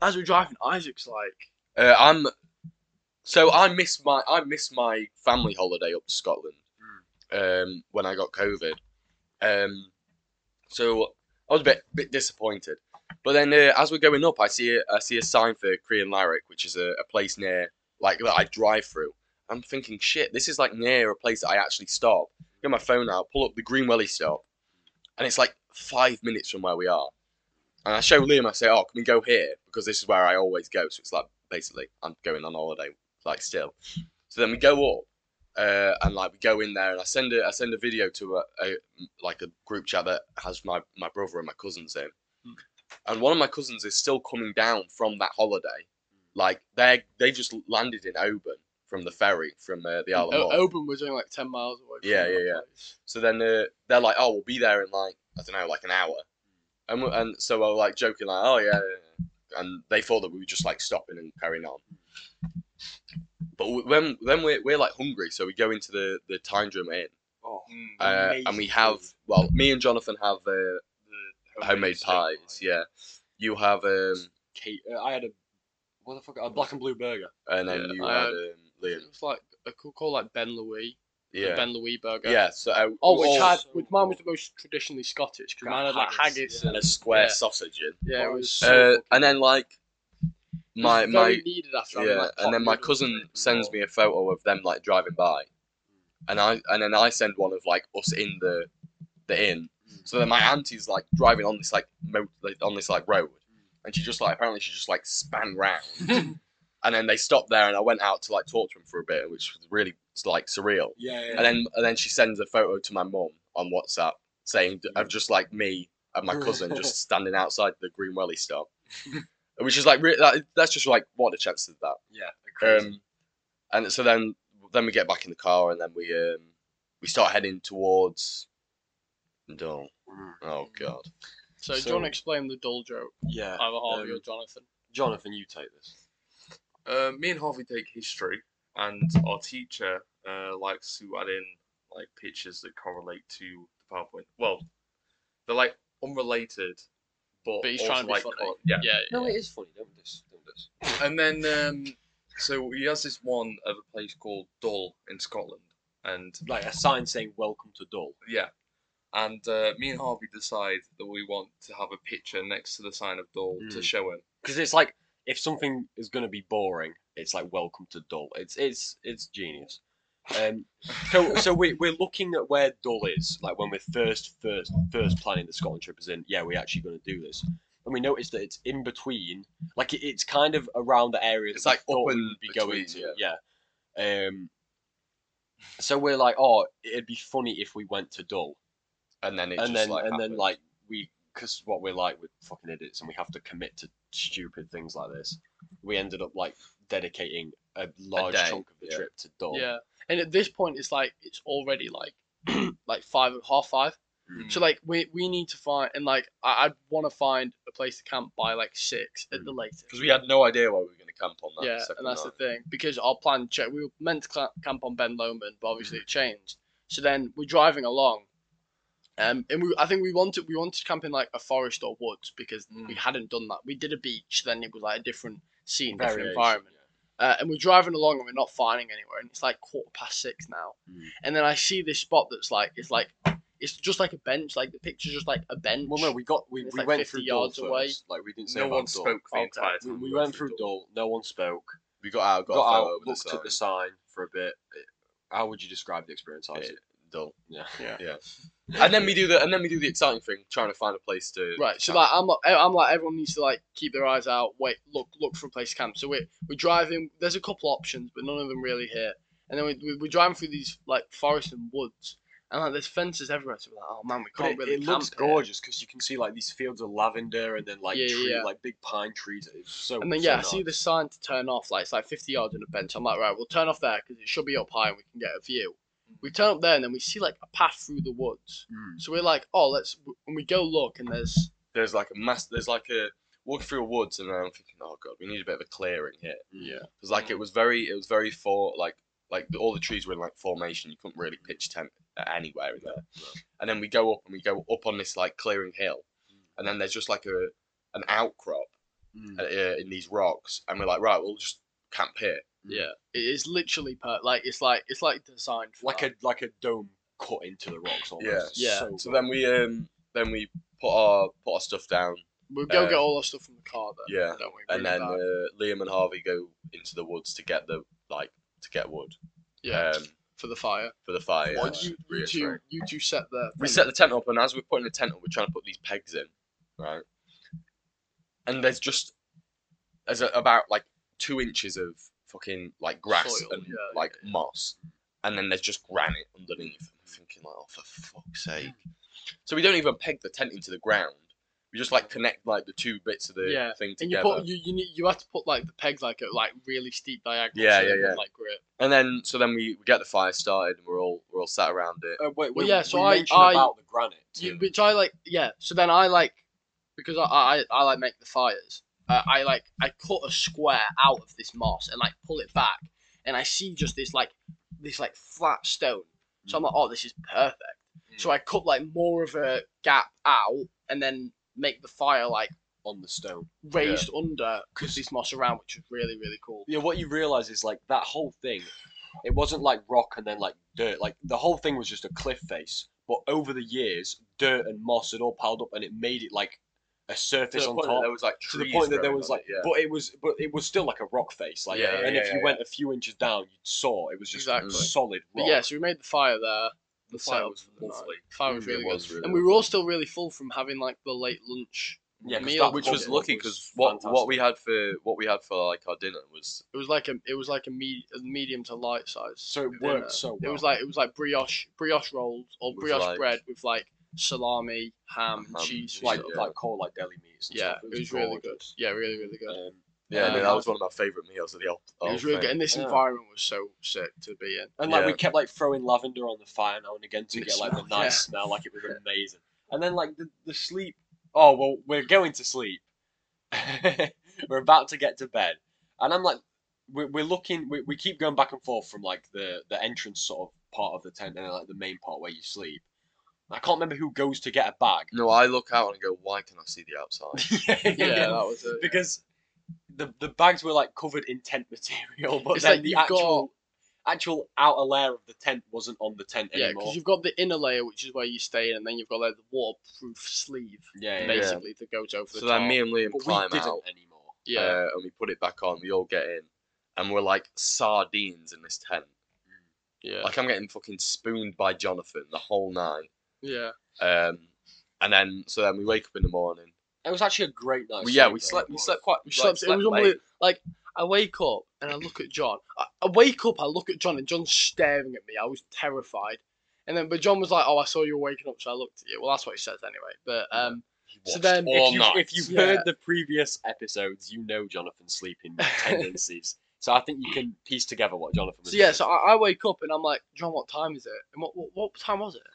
Speaker 1: as we're driving, Isaac's like,
Speaker 2: Uh, I'm. So I missed my I missed my family holiday up to Scotland um, when I got COVID. Um, so I was a bit bit disappointed. But then uh, as we're going up, I see a, I see a sign for Korean Lyric, which is a, a place near like that I drive through. I'm thinking, shit, this is like near a place that I actually stop. Get my phone out, pull up the Green Welly stop, and it's like five minutes from where we are. And I show Liam, I say, oh, can we go here? Because this is where I always go. So it's like basically I'm going on holiday, like still. So then we go up, uh, and like we go in there, and I send a I send a video to a, a like a group chat that has my my brother and my cousins in, and one of my cousins is still coming down from that holiday, like they they just landed in Oban from the ferry from uh, the Isle of
Speaker 1: O-
Speaker 2: Man.
Speaker 1: Oban was only like ten miles away. From
Speaker 2: Yeah,
Speaker 1: that
Speaker 2: yeah, yeah.
Speaker 1: place.
Speaker 2: So then uh, they're like, "Oh, we'll be there in like I don't know, like an hour," and we- and so I was like joking like, "Oh yeah,", yeah, yeah." and they thought that we were just like stopping and carrying on. But w- when then we're we're like hungry, so we go into the the Time Drum Inn,
Speaker 3: Oh,
Speaker 4: Mm,
Speaker 2: uh, and
Speaker 3: Amazing
Speaker 2: we have
Speaker 3: food.
Speaker 2: well, me and Jonathan have uh,
Speaker 4: the
Speaker 2: homemade
Speaker 4: steak
Speaker 2: pies.
Speaker 4: pie.
Speaker 2: Yeah, you have um,
Speaker 3: Kate, uh, I had a what the fuck a black and blue burger.
Speaker 2: and then
Speaker 1: Yeah,
Speaker 2: you
Speaker 1: I
Speaker 2: had
Speaker 1: had-
Speaker 2: um, Liam.
Speaker 1: It's like a cool call like Ben Louis, the
Speaker 2: Yeah,
Speaker 1: Ben Louis burger.
Speaker 2: yeah. So uh,
Speaker 1: Oh, which
Speaker 2: all
Speaker 1: had
Speaker 3: so
Speaker 1: which mine was the most traditionally Scottish because
Speaker 3: Got
Speaker 1: mine had like
Speaker 3: haggis,
Speaker 1: haggis
Speaker 3: yeah.
Speaker 2: and
Speaker 1: and
Speaker 2: a square
Speaker 1: yeah.
Speaker 2: sausage in.
Speaker 1: yeah, it was. so
Speaker 3: Uh,
Speaker 2: Uh,
Speaker 1: fucking-
Speaker 2: and then like
Speaker 1: it was
Speaker 2: my my
Speaker 1: very needed after having,
Speaker 2: Yeah,
Speaker 1: like, hot
Speaker 2: and then my
Speaker 1: noodles
Speaker 2: cousin
Speaker 1: and Mm.
Speaker 2: sends
Speaker 1: raw.
Speaker 2: me a photo of them like driving by, and I and then I send one of like us in the the inn.
Speaker 1: Mm.
Speaker 2: So then my auntie's like driving on this like mo- like, on this like road,
Speaker 1: Mm.
Speaker 2: and she just like apparently she just like span
Speaker 1: [laughs]
Speaker 2: round, and then they stopped there, and I went out to like talk to them for a bit, which was really like surreal.
Speaker 3: Yeah, yeah.
Speaker 2: And then and then she sends a photo to my mum on WhatsApp saying of just like me and my [laughs] cousin just standing outside the Green Welly [laughs] stop, which is like re- that, that's just like what are the chances of that.
Speaker 3: yeah.
Speaker 2: Um, and so then then we get back in the car and then we um we start heading towards Dull. Oh god.
Speaker 1: So, do
Speaker 3: So-
Speaker 1: you want to explain the dull joke?
Speaker 3: yeah.
Speaker 1: Either Harvey
Speaker 3: um,
Speaker 1: or Jonathan.
Speaker 3: Jonathan, you take this.
Speaker 4: Uh, me and Harvey take history, and our teacher uh, likes to add in like pictures that correlate to the PowerPoint. Well, they're like unrelated, but,
Speaker 1: But he's
Speaker 4: also,
Speaker 1: trying to be
Speaker 4: like,
Speaker 1: funny.
Speaker 4: correl- yeah.
Speaker 1: Yeah, yeah.
Speaker 3: it is funny. Don't this. Don't this.
Speaker 4: And then um, so he has this one of a place called Dull in Scotland, and
Speaker 3: Like a sign saying "Welcome to Dull."
Speaker 4: yeah, and uh, me and Harvey decide that we want to have a picture next to the sign of Dull to
Speaker 3: Mm.
Speaker 4: show him.
Speaker 3: because it's like if something is going to be boring, it's like welcome to dull. It's it's it's genius. Um, so so we we're looking at where dull is. Like when we're first first first planning the Scotland trip, as in yeah, we're actually going to do this, and we notice that it's in between. Like it, it's kind of around the area.
Speaker 2: It's
Speaker 3: that we
Speaker 2: like
Speaker 3: thought
Speaker 2: up
Speaker 3: we
Speaker 2: and
Speaker 3: would be going
Speaker 2: between,
Speaker 3: to. Yeah. Um. So we're like, oh, it'd be funny if we went to dull
Speaker 2: And then it just
Speaker 3: and then
Speaker 2: like
Speaker 3: and then
Speaker 2: happened.
Speaker 3: like we because what we're like we're fucking idiots and we have to commit to stupid things like this we ended up like dedicating a large
Speaker 2: day,
Speaker 3: chunk of the
Speaker 2: yeah.
Speaker 3: trip to Dol.
Speaker 1: Yeah, and at this point, it's like it's already like [clears throat] like five, half five.
Speaker 2: Hmm. Mm.
Speaker 1: So like we we need to find and like I I want to find a place to camp by like six at the latest.
Speaker 2: because we had no idea where we were going to camp on that.
Speaker 1: yeah,
Speaker 2: second
Speaker 1: and that's
Speaker 2: night.
Speaker 1: the thing because our plan check we were meant to cla camp on Ben Lomond, but
Speaker 2: Mm.
Speaker 1: obviously it changed. So then we're driving along, um, and we I think we wanted we wanted to camp in like a forest or woods because
Speaker 2: Mm.
Speaker 1: we hadn't done that. We did a beach, then it was like a different scene, different environment. Uh, and we're driving along and we're not finding anywhere, and it's like quarter past six now.
Speaker 3: Mm.
Speaker 1: And then I see this spot that's like it's like it's just like a bench, like the picture's just like a bench.
Speaker 3: well no we got we,
Speaker 1: It's
Speaker 3: we
Speaker 1: like
Speaker 3: went
Speaker 1: 50
Speaker 3: through
Speaker 1: yards
Speaker 3: Dol
Speaker 1: away.
Speaker 3: first. like we didn't say
Speaker 4: no
Speaker 3: about
Speaker 4: one
Speaker 3: Dol.
Speaker 4: spoke the
Speaker 1: Okay.
Speaker 4: entire
Speaker 3: we,
Speaker 4: time.
Speaker 3: we went through Dol. no one spoke
Speaker 2: We got out, got,
Speaker 3: got,
Speaker 2: a photo
Speaker 3: out
Speaker 2: over the
Speaker 3: looked at the
Speaker 2: side.
Speaker 3: sign for a bit It- how would you describe the experience I
Speaker 2: Yeah, dull.
Speaker 3: yeah
Speaker 2: And then we do the and then we do the exciting thing, trying to find a place to
Speaker 1: Right, so
Speaker 2: camp.
Speaker 1: like I'm, like- I'm like everyone needs to like keep their eyes out, wait, look, look for a place to camp. So we're we're driving. There's a couple options, but none of them really here. And then we, we we're driving through these like forests and woods, and like there's fences everywhere. So we're like, oh man, we
Speaker 3: But
Speaker 1: can't
Speaker 3: it,
Speaker 1: really
Speaker 3: it
Speaker 1: camp
Speaker 3: looks
Speaker 1: here.
Speaker 3: gorgeous because you can see like these fields of lavender and then like
Speaker 1: Yeah, yeah,
Speaker 3: tree,
Speaker 1: yeah.
Speaker 3: like big pine trees. It's so.
Speaker 1: And then
Speaker 3: so
Speaker 1: yeah,
Speaker 3: nice.
Speaker 1: I see the sign to turn off. Like it's like 50 yards on a bench. I'm like, right, we'll turn off there because it should be up high and we can get a view. We turn up there and then we see like a path through the woods.
Speaker 3: Mm.
Speaker 1: So we're like, oh, let's. And we go look and there's
Speaker 2: there's like a mass there's like a walking through a woods and then I'm thinking, Oh god, we need a bit of a clearing here.
Speaker 1: yeah,
Speaker 2: Because like it was very, it was very for like like the, all the trees were in like formation. You couldn't really pitch tent uh, anywhere in there. And then we go up and we go up on this like clearing hill, and then there's just like a an outcrop
Speaker 3: Mm.
Speaker 2: uh, uh, in these rocks, and we're like, right, we'll just camp here.
Speaker 1: yeah. It is literally per like it's like it's like designed for
Speaker 3: like
Speaker 1: that.
Speaker 3: a like a dome cut into the rocks almost.
Speaker 2: Yeah.
Speaker 3: It's
Speaker 1: Yeah.
Speaker 3: So,
Speaker 2: So
Speaker 3: good.
Speaker 2: then we um then we put our put our stuff down
Speaker 1: We'll go
Speaker 2: Uh,
Speaker 1: get all our stuff from the car then.
Speaker 2: yeah,
Speaker 1: Don't we?
Speaker 2: and
Speaker 1: Really
Speaker 2: then
Speaker 1: bad.
Speaker 2: uh, Liam and Harvey go into the woods to get the like to get wood.
Speaker 1: yeah,
Speaker 2: Um,
Speaker 1: for the fire.
Speaker 2: for the fire.
Speaker 1: Why
Speaker 2: which
Speaker 1: do you, you
Speaker 2: reassuring.
Speaker 1: two, you two set there.
Speaker 2: we set the tent up, and as we're putting the tent up, we're trying to put these pegs in, right? And there's just there's a, about like two inches of fucking like grass
Speaker 1: Soil,
Speaker 2: and
Speaker 1: yeah,
Speaker 2: like moss, and then there's just granite underneath. And we're thinking like, oh for fuck's sake! So we don't even peg the tent into the ground. We just like connect like the two bits of the
Speaker 1: Yeah,
Speaker 2: thing
Speaker 1: and you
Speaker 2: together.
Speaker 1: put you you need, you have to put like the pegs like at like really steep diagonal.
Speaker 2: Yeah,
Speaker 1: so
Speaker 2: yeah,
Speaker 1: they
Speaker 2: yeah.
Speaker 1: won't, Like grip.
Speaker 2: And then so then we, we get the fire started, and we're all we're all sat around it.
Speaker 3: Uh, wait,
Speaker 1: Well,
Speaker 3: we,
Speaker 1: yeah, so
Speaker 3: we
Speaker 1: I-
Speaker 3: mentioned
Speaker 1: I-
Speaker 3: about the granite.
Speaker 1: You-
Speaker 3: too.
Speaker 1: which I like. Yeah. So then I like because I I, I like make the fires. Uh, I like I cut a square out of this moss and like pull it back, and I see just this like this like flat stone. So I'm like, oh, this is perfect.
Speaker 2: Mm.
Speaker 1: So I cut like more of a gap out and then make the fire like
Speaker 3: on the stone.
Speaker 1: raised under with this moss around, which was really really cool.
Speaker 3: Yeah, what you realise is like that whole thing, it wasn't like rock and then like dirt. Like the whole thing was just a cliff face. But over the years, dirt and moss had all piled up and it made it like a
Speaker 2: To
Speaker 3: surface
Speaker 2: the
Speaker 3: on
Speaker 2: point that
Speaker 3: top.
Speaker 2: there was like
Speaker 3: to the
Speaker 2: trees
Speaker 3: point that there
Speaker 2: growing
Speaker 3: was
Speaker 2: on
Speaker 3: like,
Speaker 2: it, yeah.
Speaker 3: but it was, but it was still like a rock face, like,
Speaker 2: Yeah,
Speaker 3: and
Speaker 2: yeah,
Speaker 3: if
Speaker 2: yeah,
Speaker 3: you
Speaker 2: yeah.
Speaker 3: went a few inches down, you saw it was just
Speaker 1: Exactly.
Speaker 3: solid
Speaker 1: But
Speaker 3: rock.
Speaker 1: yeah, so we made the fire there.
Speaker 4: The
Speaker 1: fire
Speaker 4: fire was lovely.
Speaker 1: Fire was
Speaker 2: Mm, it
Speaker 1: really
Speaker 2: was
Speaker 1: good,
Speaker 2: really
Speaker 1: and we
Speaker 2: good.
Speaker 1: were all still really full from having like the late lunch.
Speaker 3: Yeah, 'cause
Speaker 1: meal,
Speaker 3: that
Speaker 2: which
Speaker 3: whole
Speaker 2: was
Speaker 3: bit
Speaker 2: lucky because what what
Speaker 3: fantastic.
Speaker 2: we had for what we had for like our dinner was
Speaker 1: It was like a it was like a, me, a medium to light size.
Speaker 3: so it
Speaker 1: dinner.
Speaker 3: worked so well.
Speaker 1: It was like it was like brioche brioche rolls or
Speaker 2: With,
Speaker 1: brioche
Speaker 2: like-
Speaker 1: bread with like salami, ham, and
Speaker 2: Ham,
Speaker 1: cheese.
Speaker 2: cheese,
Speaker 1: Like,
Speaker 3: like
Speaker 2: yeah.
Speaker 3: like cold like deli meats. And
Speaker 1: yeah,
Speaker 3: stuff.
Speaker 1: it was really good.
Speaker 3: gorgeous.
Speaker 1: Yeah, really really good.
Speaker 3: Um,
Speaker 2: yeah
Speaker 1: Um,
Speaker 2: no, that was one of my favorite meals of the whole.
Speaker 1: it
Speaker 2: whole
Speaker 1: was really
Speaker 2: thing.
Speaker 1: good, and this
Speaker 3: Yeah.
Speaker 1: environment was so sick to be in.
Speaker 3: and like we
Speaker 2: Yeah.
Speaker 3: kept like throwing lavender on the fire now and again to
Speaker 1: And it
Speaker 3: get like the
Speaker 1: smelled,
Speaker 3: nice
Speaker 1: yeah.
Speaker 3: smell, like it was amazing. And then like the, the sleep. Oh well, we're going to sleep. [laughs] we're about to get to bed, and I'm like, we're, we're looking. We, we keep going back and forth from like the the entrance sort of part of the tent and then, like the main part where you sleep. I can't remember who goes to get a bag.
Speaker 2: No, I look out and go, why can I see the outside?
Speaker 1: [laughs] Yeah, that was it. yeah.
Speaker 3: because the the bags were like covered in tent material, but
Speaker 1: It's
Speaker 3: then
Speaker 1: like
Speaker 3: the
Speaker 1: you've
Speaker 3: actual actual outer layer of the tent wasn't on the tent
Speaker 1: Yeah,
Speaker 3: anymore.
Speaker 1: because you've got the inner layer, which is where you stay, in, and then you've got like the waterproof sleeve,
Speaker 3: yeah, yeah, yeah.
Speaker 1: basically, that goes over the
Speaker 2: so
Speaker 1: top.
Speaker 2: then me and Liam
Speaker 3: But we
Speaker 2: climb
Speaker 3: didn't
Speaker 2: out,
Speaker 3: anymore.
Speaker 1: yeah,
Speaker 2: uh, and we put it back on. We all get in, and we're like sardines in this tent.
Speaker 1: yeah,
Speaker 2: Like I'm getting fucking spooned by Jonathan the whole night.
Speaker 1: yeah.
Speaker 2: Um, and then so then we wake up in the morning.
Speaker 3: It was actually a great night.
Speaker 2: We- yeah,
Speaker 3: sleep,
Speaker 2: we
Speaker 3: though,
Speaker 2: slept.
Speaker 3: it
Speaker 2: We
Speaker 3: was.
Speaker 2: slept quite.
Speaker 1: We
Speaker 2: like,
Speaker 1: slept, it
Speaker 2: slept
Speaker 1: was
Speaker 2: late.
Speaker 1: unbelievable. Like I wake up and I look at John. I, I wake up, I look at John, and John's staring at me. I was terrified. And then, but John was like, "Oh, I saw you waking up, so I looked at you." Well, that's what he says anyway. But um,
Speaker 2: He
Speaker 1: So
Speaker 2: watched
Speaker 1: then
Speaker 2: all
Speaker 3: if, you,
Speaker 2: night.
Speaker 3: if you've
Speaker 1: Yeah.
Speaker 3: heard the previous episodes, you know Jonathan's sleeping tendencies. so I think you can piece together what Jonathan was
Speaker 1: so yeah,
Speaker 3: doing.
Speaker 1: so I, I wake up and I'm like, "John, what time is it?" And what what, what time was it?
Speaker 3: it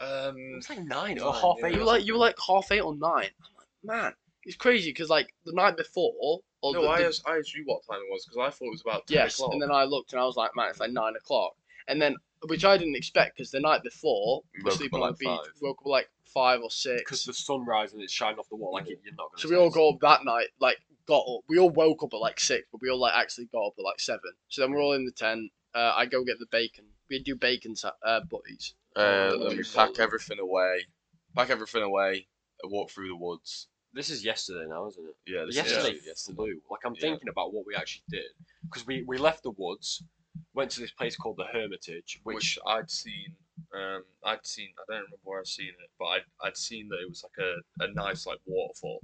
Speaker 4: Um,
Speaker 3: was like nine or
Speaker 4: Nine,
Speaker 3: half
Speaker 4: yeah.
Speaker 3: eight.
Speaker 1: You were
Speaker 3: or
Speaker 1: like you were
Speaker 3: something.
Speaker 1: like half eight or nine. I'm like, man, it's crazy because like the night before, or
Speaker 4: no,
Speaker 1: the,
Speaker 4: I
Speaker 1: the-
Speaker 4: asked, I asked you what time it was because I thought it was about ten
Speaker 1: Yes,
Speaker 4: o'clock.
Speaker 1: and then I looked and I was like, man, it's like nine o'clock. And then, which I didn't expect because the night before,
Speaker 2: We
Speaker 1: we
Speaker 2: woke up
Speaker 1: sleeping
Speaker 2: at
Speaker 1: on the beach,
Speaker 2: like five.
Speaker 1: woke up at like five or
Speaker 3: because
Speaker 1: six.
Speaker 3: the sun rising, it's shining off the wall. Like
Speaker 2: Yeah.
Speaker 3: it, you're not going.
Speaker 1: So we all got up that night, like got up. We all woke up at like six, but we all like actually got up at like seven. So then we're all in the tent. Uh, I go get the bacon. We do bacon sa- uh, butties.
Speaker 2: Uh,
Speaker 1: Oh,
Speaker 2: then we
Speaker 1: yeah.
Speaker 2: pack everything away. Pack everything away. and Walk through the woods.
Speaker 3: This is yesterday now, isn't it?
Speaker 2: Yeah, this is
Speaker 3: yesterday
Speaker 2: actually yesterday.
Speaker 3: flew. Like I'm
Speaker 2: Yeah.
Speaker 3: thinking about what we actually did because we we left the woods, went to this place called the Hermitage,
Speaker 4: which,
Speaker 3: which
Speaker 4: I'd seen. Um, I'd seen. I don't remember where I'd seen it, but I'd, I'd seen that it was like a, a nice like waterfall,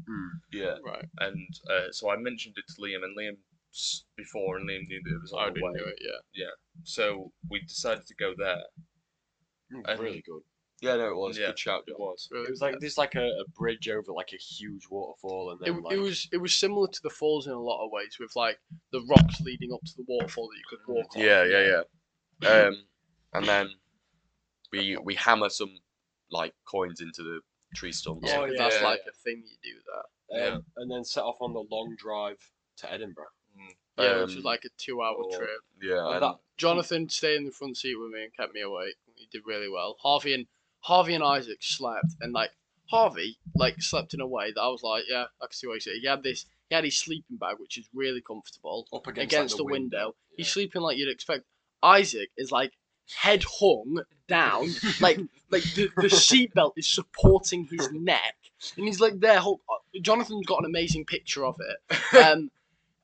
Speaker 2: Yeah.
Speaker 1: Right.
Speaker 4: and uh, so I mentioned it to Liam, and Liam s- before, and Liam knew that it was
Speaker 1: I
Speaker 2: Oh,
Speaker 4: on the
Speaker 1: didn't
Speaker 4: way.
Speaker 1: do it, yeah.
Speaker 4: So we decided to go there.
Speaker 3: mm,
Speaker 4: and-
Speaker 3: really good.
Speaker 2: Yeah, no, it was.
Speaker 4: Yeah.
Speaker 2: Good shout, John.
Speaker 4: It was.
Speaker 1: Really
Speaker 3: It was like
Speaker 1: good.
Speaker 3: there's like a, a bridge over like a huge waterfall, and
Speaker 1: It,
Speaker 3: then like
Speaker 1: it was it was similar to the falls in a lot of ways with like the rocks leading up to the waterfall that you could walk on.
Speaker 2: Yeah, yeah, yeah. Um, and then we we hammer some like coins into the tree stumps.
Speaker 1: Yeah,
Speaker 3: Oh,
Speaker 1: 'cause
Speaker 3: yeah,
Speaker 1: that's
Speaker 3: yeah,
Speaker 1: like a thing you do there.
Speaker 3: um,
Speaker 4: yeah.
Speaker 3: and then set off on the long drive to Edinburgh.
Speaker 1: Yeah, which
Speaker 2: Um,
Speaker 1: was like a two-hour
Speaker 2: or-
Speaker 1: trip. Oh,
Speaker 2: Yeah,
Speaker 3: And
Speaker 2: and
Speaker 3: that,
Speaker 1: Jonathan stayed in the front seat with me and kept me awake. He did really well. Harvey and Harvey and Isaac slept, and like Harvey like slept in a way that I was like, yeah, I can see what he's doing. He had this, he had his sleeping bag, which is really comfortable
Speaker 3: up against,
Speaker 1: against
Speaker 3: like,
Speaker 1: the
Speaker 3: the
Speaker 1: window.
Speaker 3: window.
Speaker 1: He's sleeping like you'd expect. Isaac is like head hung
Speaker 4: [laughs]
Speaker 1: down, like like the, the seatbelt is supporting his neck, and he's like there. Hold, Jonathan's got an amazing picture of
Speaker 4: [laughs]
Speaker 1: it. Um,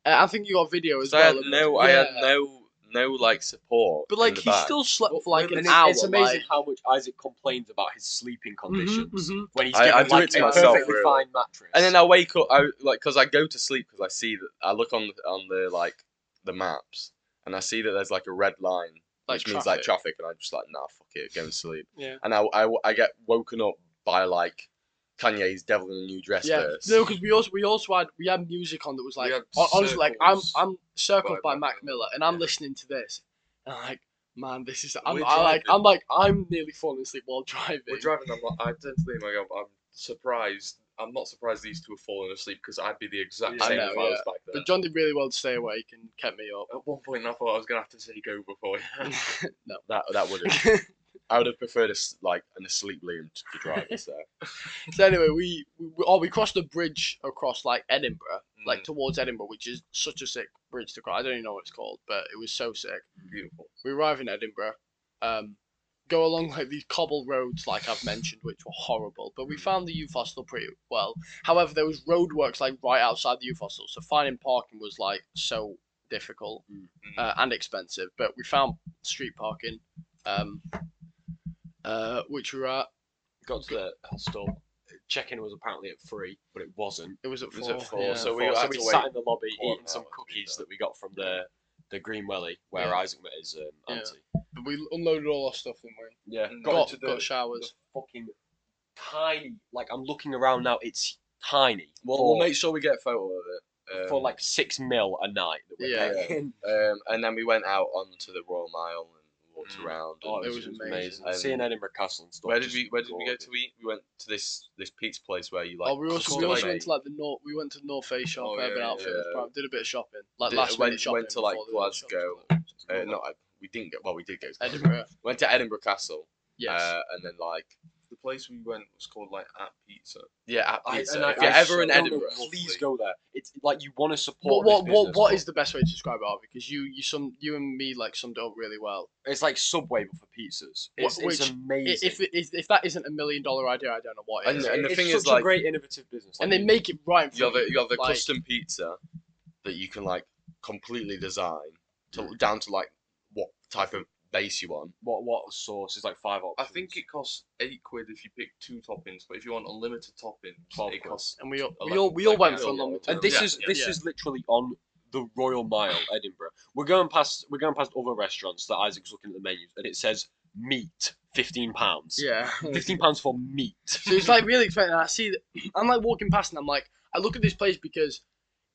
Speaker 1: uh, I think you got a video as
Speaker 4: So I
Speaker 1: well.
Speaker 4: had
Speaker 1: of it.
Speaker 4: no, I had
Speaker 1: Yeah.
Speaker 4: no, no like support.
Speaker 1: But
Speaker 4: in
Speaker 1: like
Speaker 4: the
Speaker 1: he
Speaker 4: back.
Speaker 1: still slept for like an
Speaker 3: it's,
Speaker 1: hour.
Speaker 3: It's amazing
Speaker 1: like-
Speaker 3: how much Isaac complains about his sleeping conditions
Speaker 1: mhm.
Speaker 3: when he's
Speaker 2: I-
Speaker 3: given
Speaker 2: I do
Speaker 3: like,
Speaker 2: it to
Speaker 3: a
Speaker 2: myself,
Speaker 3: perfectly
Speaker 2: really.
Speaker 3: fine mattress.
Speaker 2: And then I wake up, I like, cause I go to sleep because I see that I look on the, on the like the maps and I see that there's like a red line,
Speaker 1: Like
Speaker 2: which means like traffic, and I'm just like, nah, fuck it, go and sleep.
Speaker 1: Yeah.
Speaker 2: And I, I, I get woken up by like Kanye's "Devil in a New Dress"
Speaker 1: Yeah,
Speaker 2: verse.
Speaker 1: no, because we also we also had we had music on that was like
Speaker 4: We had
Speaker 1: hon- honestly like I'm
Speaker 4: Circles
Speaker 1: I'm circled
Speaker 4: by
Speaker 1: by
Speaker 4: Mac
Speaker 1: Mac Miller and I'm
Speaker 4: yeah.
Speaker 1: listening to this and I'm like man this is I'm
Speaker 4: We're
Speaker 1: I like
Speaker 4: driving.
Speaker 1: I'm like I'm nearly falling asleep while [laughs] driving.
Speaker 4: We're driving. I'm like, I turned to Liam. I go, I'm surprised. I'm not surprised these two have fallen asleep because I'd be the exact
Speaker 3: Yeah. I
Speaker 4: same
Speaker 1: know,
Speaker 4: if I was back there.
Speaker 1: But John did really well to stay awake and kept me up.
Speaker 4: At one point, I thought I was gonna have to say go before. you.
Speaker 1: [laughs]
Speaker 2: That that would have. I would have preferred a s like an asleep Liam to the driver. So
Speaker 1: so anyway, we, we oh we crossed the bridge across like Edinburgh, like
Speaker 4: Mm.
Speaker 1: towards Edinburgh, which is such a sick bridge to cross. I don't even know what it's called, but it was so sick.
Speaker 4: beautiful.
Speaker 1: we arrive in Edinburgh, um, go along like these cobble roads, like I've mentioned, which were horrible. But
Speaker 2: Mm.
Speaker 1: we found the youth hostel pretty well. However, there was roadworks like right outside the youth hostel, so finding parking was like so difficult
Speaker 2: Mm.
Speaker 1: uh, and expensive. But we found street parking, um, uh, which we were at.
Speaker 3: got to the hostel. Check-in was apparently at three, but it wasn't.
Speaker 1: It was at
Speaker 2: It was
Speaker 1: four.
Speaker 2: at four,
Speaker 1: yeah.
Speaker 2: so we
Speaker 3: Four,
Speaker 2: had
Speaker 3: we
Speaker 2: to
Speaker 3: sat
Speaker 2: wait
Speaker 3: in the lobby
Speaker 2: quarter
Speaker 3: eating
Speaker 2: of an
Speaker 3: some
Speaker 2: hour to do
Speaker 3: cookies
Speaker 2: that.
Speaker 3: that we got from the the Green Welly where
Speaker 1: Yeah.
Speaker 3: Isaac met his um,
Speaker 1: Yeah.
Speaker 3: auntie.
Speaker 1: But we unloaded all our stuff, didn't we?
Speaker 3: Yeah,
Speaker 4: Mm.
Speaker 3: got,
Speaker 1: Got,
Speaker 3: into the,
Speaker 1: got showers.
Speaker 3: the fucking tiny. Like I'm looking around now, it's tiny.
Speaker 2: [laughs] we'll,
Speaker 3: for,
Speaker 2: we'll make sure we get a photo of it. Um,
Speaker 3: for like six mil a night that we're
Speaker 1: Yeah.
Speaker 2: [laughs]
Speaker 3: paying.
Speaker 2: um, and then we went out onto the Royal Mile and walked
Speaker 4: Mm.
Speaker 2: around.
Speaker 3: Oh,
Speaker 2: and
Speaker 1: it was amazing.
Speaker 2: And
Speaker 3: Seeing Edinburgh Castle and stuff.
Speaker 2: where did
Speaker 3: just
Speaker 2: we where did we go
Speaker 3: gorgeous.
Speaker 2: to eat? We went to this this pizza place where you like.
Speaker 1: oh, we also,
Speaker 2: cook
Speaker 1: we
Speaker 2: all
Speaker 1: also
Speaker 2: day.
Speaker 1: went to like the North. We went to North Face shop,
Speaker 4: Oh, yeah,
Speaker 1: Urban
Speaker 4: yeah,
Speaker 1: Outfitters.
Speaker 2: yeah.
Speaker 1: Prime, Did a bit of shopping, like
Speaker 2: Did-
Speaker 1: last
Speaker 2: went-
Speaker 1: minute shopping.
Speaker 2: went to, like,
Speaker 1: before the shops
Speaker 2: Glasgow,
Speaker 1: closed.
Speaker 2: Uh, no, I, we didn't go. Well, we did go. To
Speaker 1: Edinburgh.
Speaker 2: Went to Edinburgh Castle.
Speaker 1: Yes.
Speaker 2: Uh, and then like
Speaker 4: The place we went was called like At Pizza.
Speaker 2: yeah, at
Speaker 3: I,
Speaker 2: pizza.
Speaker 3: and I,
Speaker 2: if you're
Speaker 3: I
Speaker 2: ever in
Speaker 3: so- no, no,
Speaker 2: Edinburgh,
Speaker 3: please
Speaker 4: lovely.
Speaker 3: go there. It's like you want to
Speaker 1: what
Speaker 3: support.
Speaker 1: what
Speaker 3: this
Speaker 1: what,
Speaker 3: business,
Speaker 1: what
Speaker 3: but
Speaker 1: is the best way to describe it? Arv? Because you you sum you and me like summed it up really well.
Speaker 3: It's like Subway but for pizzas.
Speaker 1: Wha-
Speaker 3: It's,
Speaker 1: which-
Speaker 3: it's
Speaker 1: i- I-
Speaker 3: amazing.
Speaker 1: If it is if that isn't a million dollar idea, I don't know what
Speaker 2: And-
Speaker 1: is.
Speaker 2: the-
Speaker 1: And,
Speaker 2: and the
Speaker 3: it's
Speaker 2: thing
Speaker 3: such
Speaker 2: is,
Speaker 3: a
Speaker 2: like-
Speaker 3: great innovative business. Like,
Speaker 1: they make it right. in
Speaker 2: you have
Speaker 1: front
Speaker 2: a,
Speaker 1: of
Speaker 2: you have a
Speaker 1: like-
Speaker 2: custom pizza that you can like completely design to
Speaker 3: Mm.
Speaker 2: down to like what type of base you want.
Speaker 3: what what sauce is like five
Speaker 4: I
Speaker 3: options.
Speaker 4: think it costs eight quid if you pick two toppings, but if you want unlimited toppings,
Speaker 3: Twelve
Speaker 4: it
Speaker 3: quid.
Speaker 4: costs.
Speaker 1: And we all, we
Speaker 4: Eleven,
Speaker 1: all we all
Speaker 4: like,
Speaker 1: went
Speaker 4: yeah,
Speaker 1: for
Speaker 4: yeah,
Speaker 1: long.
Speaker 4: yeah.
Speaker 3: And this
Speaker 2: Yeah,
Speaker 3: is
Speaker 4: yeah.
Speaker 3: this
Speaker 1: Yeah.
Speaker 3: is literally on the Royal Mile, Edinburgh. We're going past we're going past other restaurants that Isaac's looking at the menus, and it says meat fifteen pounds.
Speaker 1: Yeah. [laughs]
Speaker 3: Fifteen pounds for meat.
Speaker 1: So it's like really exciting. and I see that [clears throat] I'm like walking past and I'm like, I look at this place because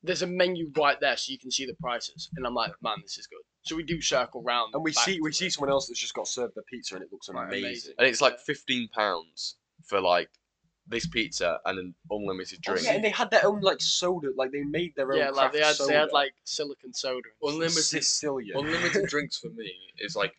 Speaker 1: there's a menu right there, so you can see the prices, and I'm like, man, this is good. So we do circle round.
Speaker 3: and we
Speaker 1: back
Speaker 3: see we
Speaker 1: to
Speaker 3: see
Speaker 1: it.
Speaker 3: someone else that's just got served the pizza, and it looks
Speaker 1: Right,
Speaker 3: amazing.
Speaker 1: amazing.
Speaker 2: And it's like
Speaker 1: Yeah.
Speaker 2: fifteen pounds for like this pizza and an unlimited
Speaker 3: Oh,
Speaker 2: drink.
Speaker 3: yeah, and they had their own like soda, like they made their own.
Speaker 1: Yeah, like
Speaker 3: craft
Speaker 1: they had
Speaker 3: soda.
Speaker 1: they had like silicon soda. and stuff.
Speaker 4: Unlimited
Speaker 1: [laughs]
Speaker 3: Sicilian.
Speaker 4: Unlimited drinks for me is like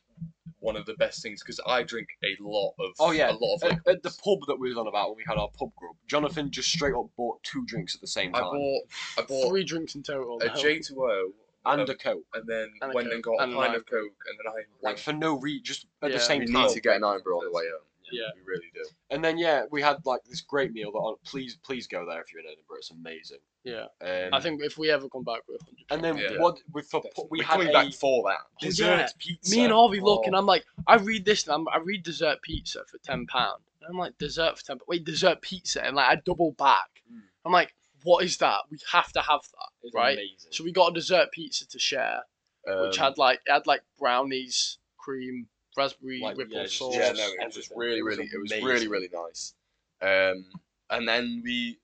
Speaker 4: one of the best things because I drink a lot of.
Speaker 3: Oh, yeah.
Speaker 4: a lot
Speaker 3: [laughs]
Speaker 4: of.
Speaker 3: at,
Speaker 4: Like,
Speaker 3: at the pub that we was on about when we had our pub grub, Jonathan just straight up bought two drinks at the same
Speaker 4: I
Speaker 3: time
Speaker 4: bought I bought
Speaker 1: Three drinks in total.
Speaker 4: a
Speaker 1: now.
Speaker 4: J two O
Speaker 1: um,
Speaker 3: and a coke,
Speaker 4: and then
Speaker 1: And a
Speaker 4: went
Speaker 1: Coke.
Speaker 4: and got
Speaker 1: And
Speaker 4: a
Speaker 1: an
Speaker 4: pint
Speaker 1: Iron
Speaker 4: of coke and then I
Speaker 3: like for no reason, just at
Speaker 1: Yeah.
Speaker 3: the
Speaker 2: we
Speaker 3: same
Speaker 2: need
Speaker 3: time.
Speaker 2: to get an Ironborough on the way home.
Speaker 1: Yeah.
Speaker 2: we really do.
Speaker 3: And then yeah, we had like this great meal. That on, please, please go there if you're in Edinburgh. It's amazing.
Speaker 1: Yeah.
Speaker 3: Um,
Speaker 1: I think if we ever come back, we're 100.
Speaker 3: And then
Speaker 4: Yeah.
Speaker 3: what we for pu- we
Speaker 2: We're
Speaker 3: had
Speaker 2: coming
Speaker 3: a
Speaker 2: back for that.
Speaker 1: yeah.
Speaker 3: dessert pizza.
Speaker 1: Me and Harvey look,
Speaker 3: Oh.
Speaker 1: and I'm like, I read this, and I'm, I read dessert pizza for ten pound, and I'm like, dessert for ten. Wait, dessert pizza, and like I double back.
Speaker 3: Mm.
Speaker 1: I'm like, what is that? We have to have that.
Speaker 3: It's
Speaker 1: right.
Speaker 3: amazing.
Speaker 1: So we got a dessert pizza to share, which
Speaker 2: Um,
Speaker 1: had like it had like brownies, cream, raspberry
Speaker 3: Like,
Speaker 1: ripple
Speaker 3: yeah, just-
Speaker 1: sauce.
Speaker 2: Yeah,
Speaker 3: Just
Speaker 2: no, it was just
Speaker 3: everything.
Speaker 2: really,
Speaker 3: It was
Speaker 2: really, it was
Speaker 3: amazing.
Speaker 2: really, really nice. Um, and then we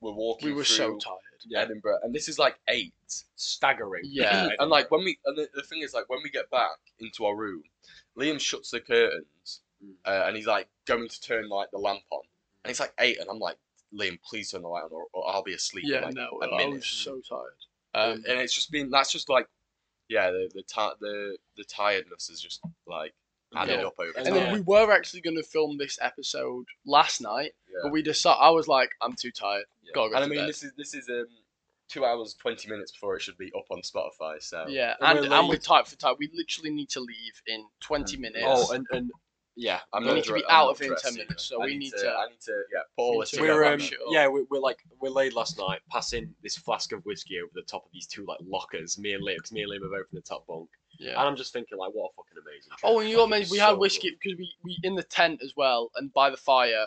Speaker 2: were walking.
Speaker 1: we were so
Speaker 2: through
Speaker 1: tired.
Speaker 3: yeah,
Speaker 2: Edinburgh, and this is like eight.
Speaker 3: staggering. [laughs]
Speaker 1: Yeah.
Speaker 2: and like when we, and the, the thing is, like when we get back into our room, Liam shuts the curtains,
Speaker 3: Mm.
Speaker 2: uh, and he's like going to turn like the lamp on, and it's like eight, and I'm like, Liam, please turn the light on, or, or I'll be asleep. in,
Speaker 1: Yeah,
Speaker 2: like,
Speaker 1: no,
Speaker 2: a
Speaker 1: I
Speaker 2: minute.
Speaker 1: was so tired.
Speaker 2: Um, and it's just been that's just like, yeah, the the ti the the tiredness is just like added
Speaker 1: Yeah.
Speaker 2: up over
Speaker 3: And
Speaker 1: And
Speaker 2: time.
Speaker 1: then
Speaker 3: Yeah.
Speaker 1: we were actually going to film this episode last night,
Speaker 2: Yeah.
Speaker 1: but we decided I was like, I'm too tired.
Speaker 2: Yeah.
Speaker 1: Gotta go
Speaker 2: and I
Speaker 1: to
Speaker 2: mean,
Speaker 1: bed.
Speaker 2: this is this is um, two hours twenty minutes before it should be up on Spotify. So
Speaker 1: yeah,
Speaker 3: Oh. And
Speaker 1: and
Speaker 3: we're
Speaker 1: and, we're
Speaker 3: late.
Speaker 1: tight for time. We literally need to leave in twenty minutes.
Speaker 3: Oh, and, and yeah,
Speaker 2: I'm
Speaker 1: we
Speaker 2: not
Speaker 1: need to be
Speaker 2: dre- I'm
Speaker 1: out
Speaker 2: not
Speaker 1: of here in
Speaker 2: dressed
Speaker 1: ten
Speaker 2: either.
Speaker 1: minutes, so
Speaker 2: I
Speaker 1: we need to.
Speaker 2: I need to. Yeah,
Speaker 1: we
Speaker 2: Paul
Speaker 1: need
Speaker 2: us
Speaker 1: to
Speaker 2: together.
Speaker 3: We're
Speaker 1: wrap
Speaker 3: um,
Speaker 1: shit up.
Speaker 3: yeah, we're, we're like we're laid last night, passing this flask of whiskey over the top of these two like lockers. Me and Liam, 'cause me and Liam are both in the top bunk,
Speaker 1: Yeah.
Speaker 3: and I'm just thinking like, what a fucking amazing. Trip.
Speaker 1: Oh, and you
Speaker 3: Like,
Speaker 1: got
Speaker 3: it
Speaker 1: mentioned
Speaker 3: was
Speaker 1: we
Speaker 3: so
Speaker 1: had
Speaker 3: good.
Speaker 1: whiskey because we we in the tent as well and by the fire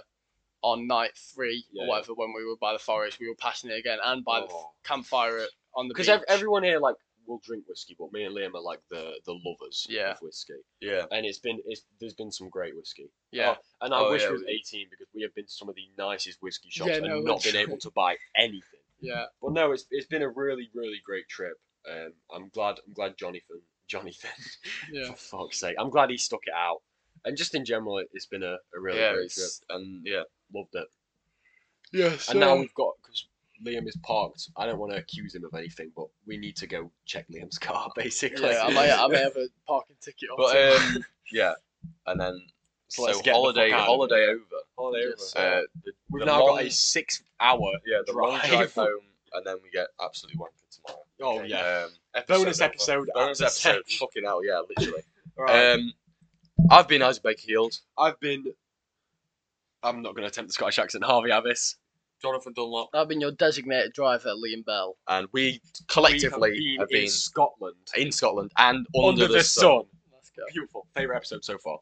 Speaker 1: on night three
Speaker 3: Yeah,
Speaker 1: or
Speaker 3: yeah.
Speaker 1: whatever when we were by the forest we were passing it again and by the f-
Speaker 3: Oh.
Speaker 1: campfire at- on the
Speaker 3: because
Speaker 1: beach.
Speaker 3: ev- everyone here like will drink whiskey, but me and Liam are like the the lovers
Speaker 1: Yeah.
Speaker 3: of whiskey,
Speaker 2: yeah.
Speaker 3: and it's been it's there's been some great whiskey.
Speaker 1: yeah.
Speaker 3: Oh, and I
Speaker 2: Oh,
Speaker 3: wish
Speaker 2: yeah,
Speaker 3: we was
Speaker 2: we-
Speaker 3: 18 because we have been to some of the nicest whiskey shops
Speaker 1: Yeah, no,
Speaker 3: and not
Speaker 1: that's
Speaker 3: been able
Speaker 1: right.
Speaker 3: to buy anything.
Speaker 1: Yeah.
Speaker 3: Well, no, it's, it's been a really really great trip. Um, I'm glad I'm glad Jonathan Jonathan
Speaker 1: Yeah.
Speaker 3: for fuck's sake I'm glad he stuck it out, and just in general it, it's been a, a really
Speaker 2: yeah,
Speaker 3: great trip.
Speaker 2: it's, and yeah,
Speaker 3: Loved it.
Speaker 1: Yeah.
Speaker 3: And now we've got because Liam is parked. I don't want to accuse him of anything, but we need to go check Liam's car [laughs] basically.
Speaker 1: yeah, I may I [laughs] may have a parking ticket on.
Speaker 2: but um, yeah, and then so,
Speaker 3: So let's get the
Speaker 2: holiday
Speaker 3: fuck out of
Speaker 2: holiday over.
Speaker 3: Oh,
Speaker 1: there
Speaker 3: yes.
Speaker 1: So,
Speaker 2: Uh, the,
Speaker 3: We've
Speaker 2: the
Speaker 3: now
Speaker 2: long,
Speaker 3: got a six-hour
Speaker 2: yeah the long
Speaker 3: drive.
Speaker 2: drive home, and then we get absolutely wankered tomorrow.
Speaker 3: Oh
Speaker 1: Okay.
Speaker 3: yeah,
Speaker 2: Um,
Speaker 3: bonus
Speaker 2: over.
Speaker 3: episode.
Speaker 2: Bonus
Speaker 3: after
Speaker 1: [laughs]
Speaker 2: episode. [laughs]
Speaker 3: sex.
Speaker 2: Fucking hell, yeah, literally.
Speaker 3: Alright.
Speaker 2: Um, I've been Isaac Baker healed.
Speaker 3: I've been. I'm not going to attempt the Scottish accent, Harvey Avis.
Speaker 4: Jonathan Dunlop.
Speaker 1: I've been your designated driver, Liam Bell.
Speaker 2: and we collectively
Speaker 3: we have
Speaker 2: have
Speaker 3: been in
Speaker 2: been
Speaker 3: Scotland
Speaker 2: in Scotland and under,
Speaker 3: under, the, sun.
Speaker 1: Let's go.
Speaker 3: Beautiful, favorite episode so far.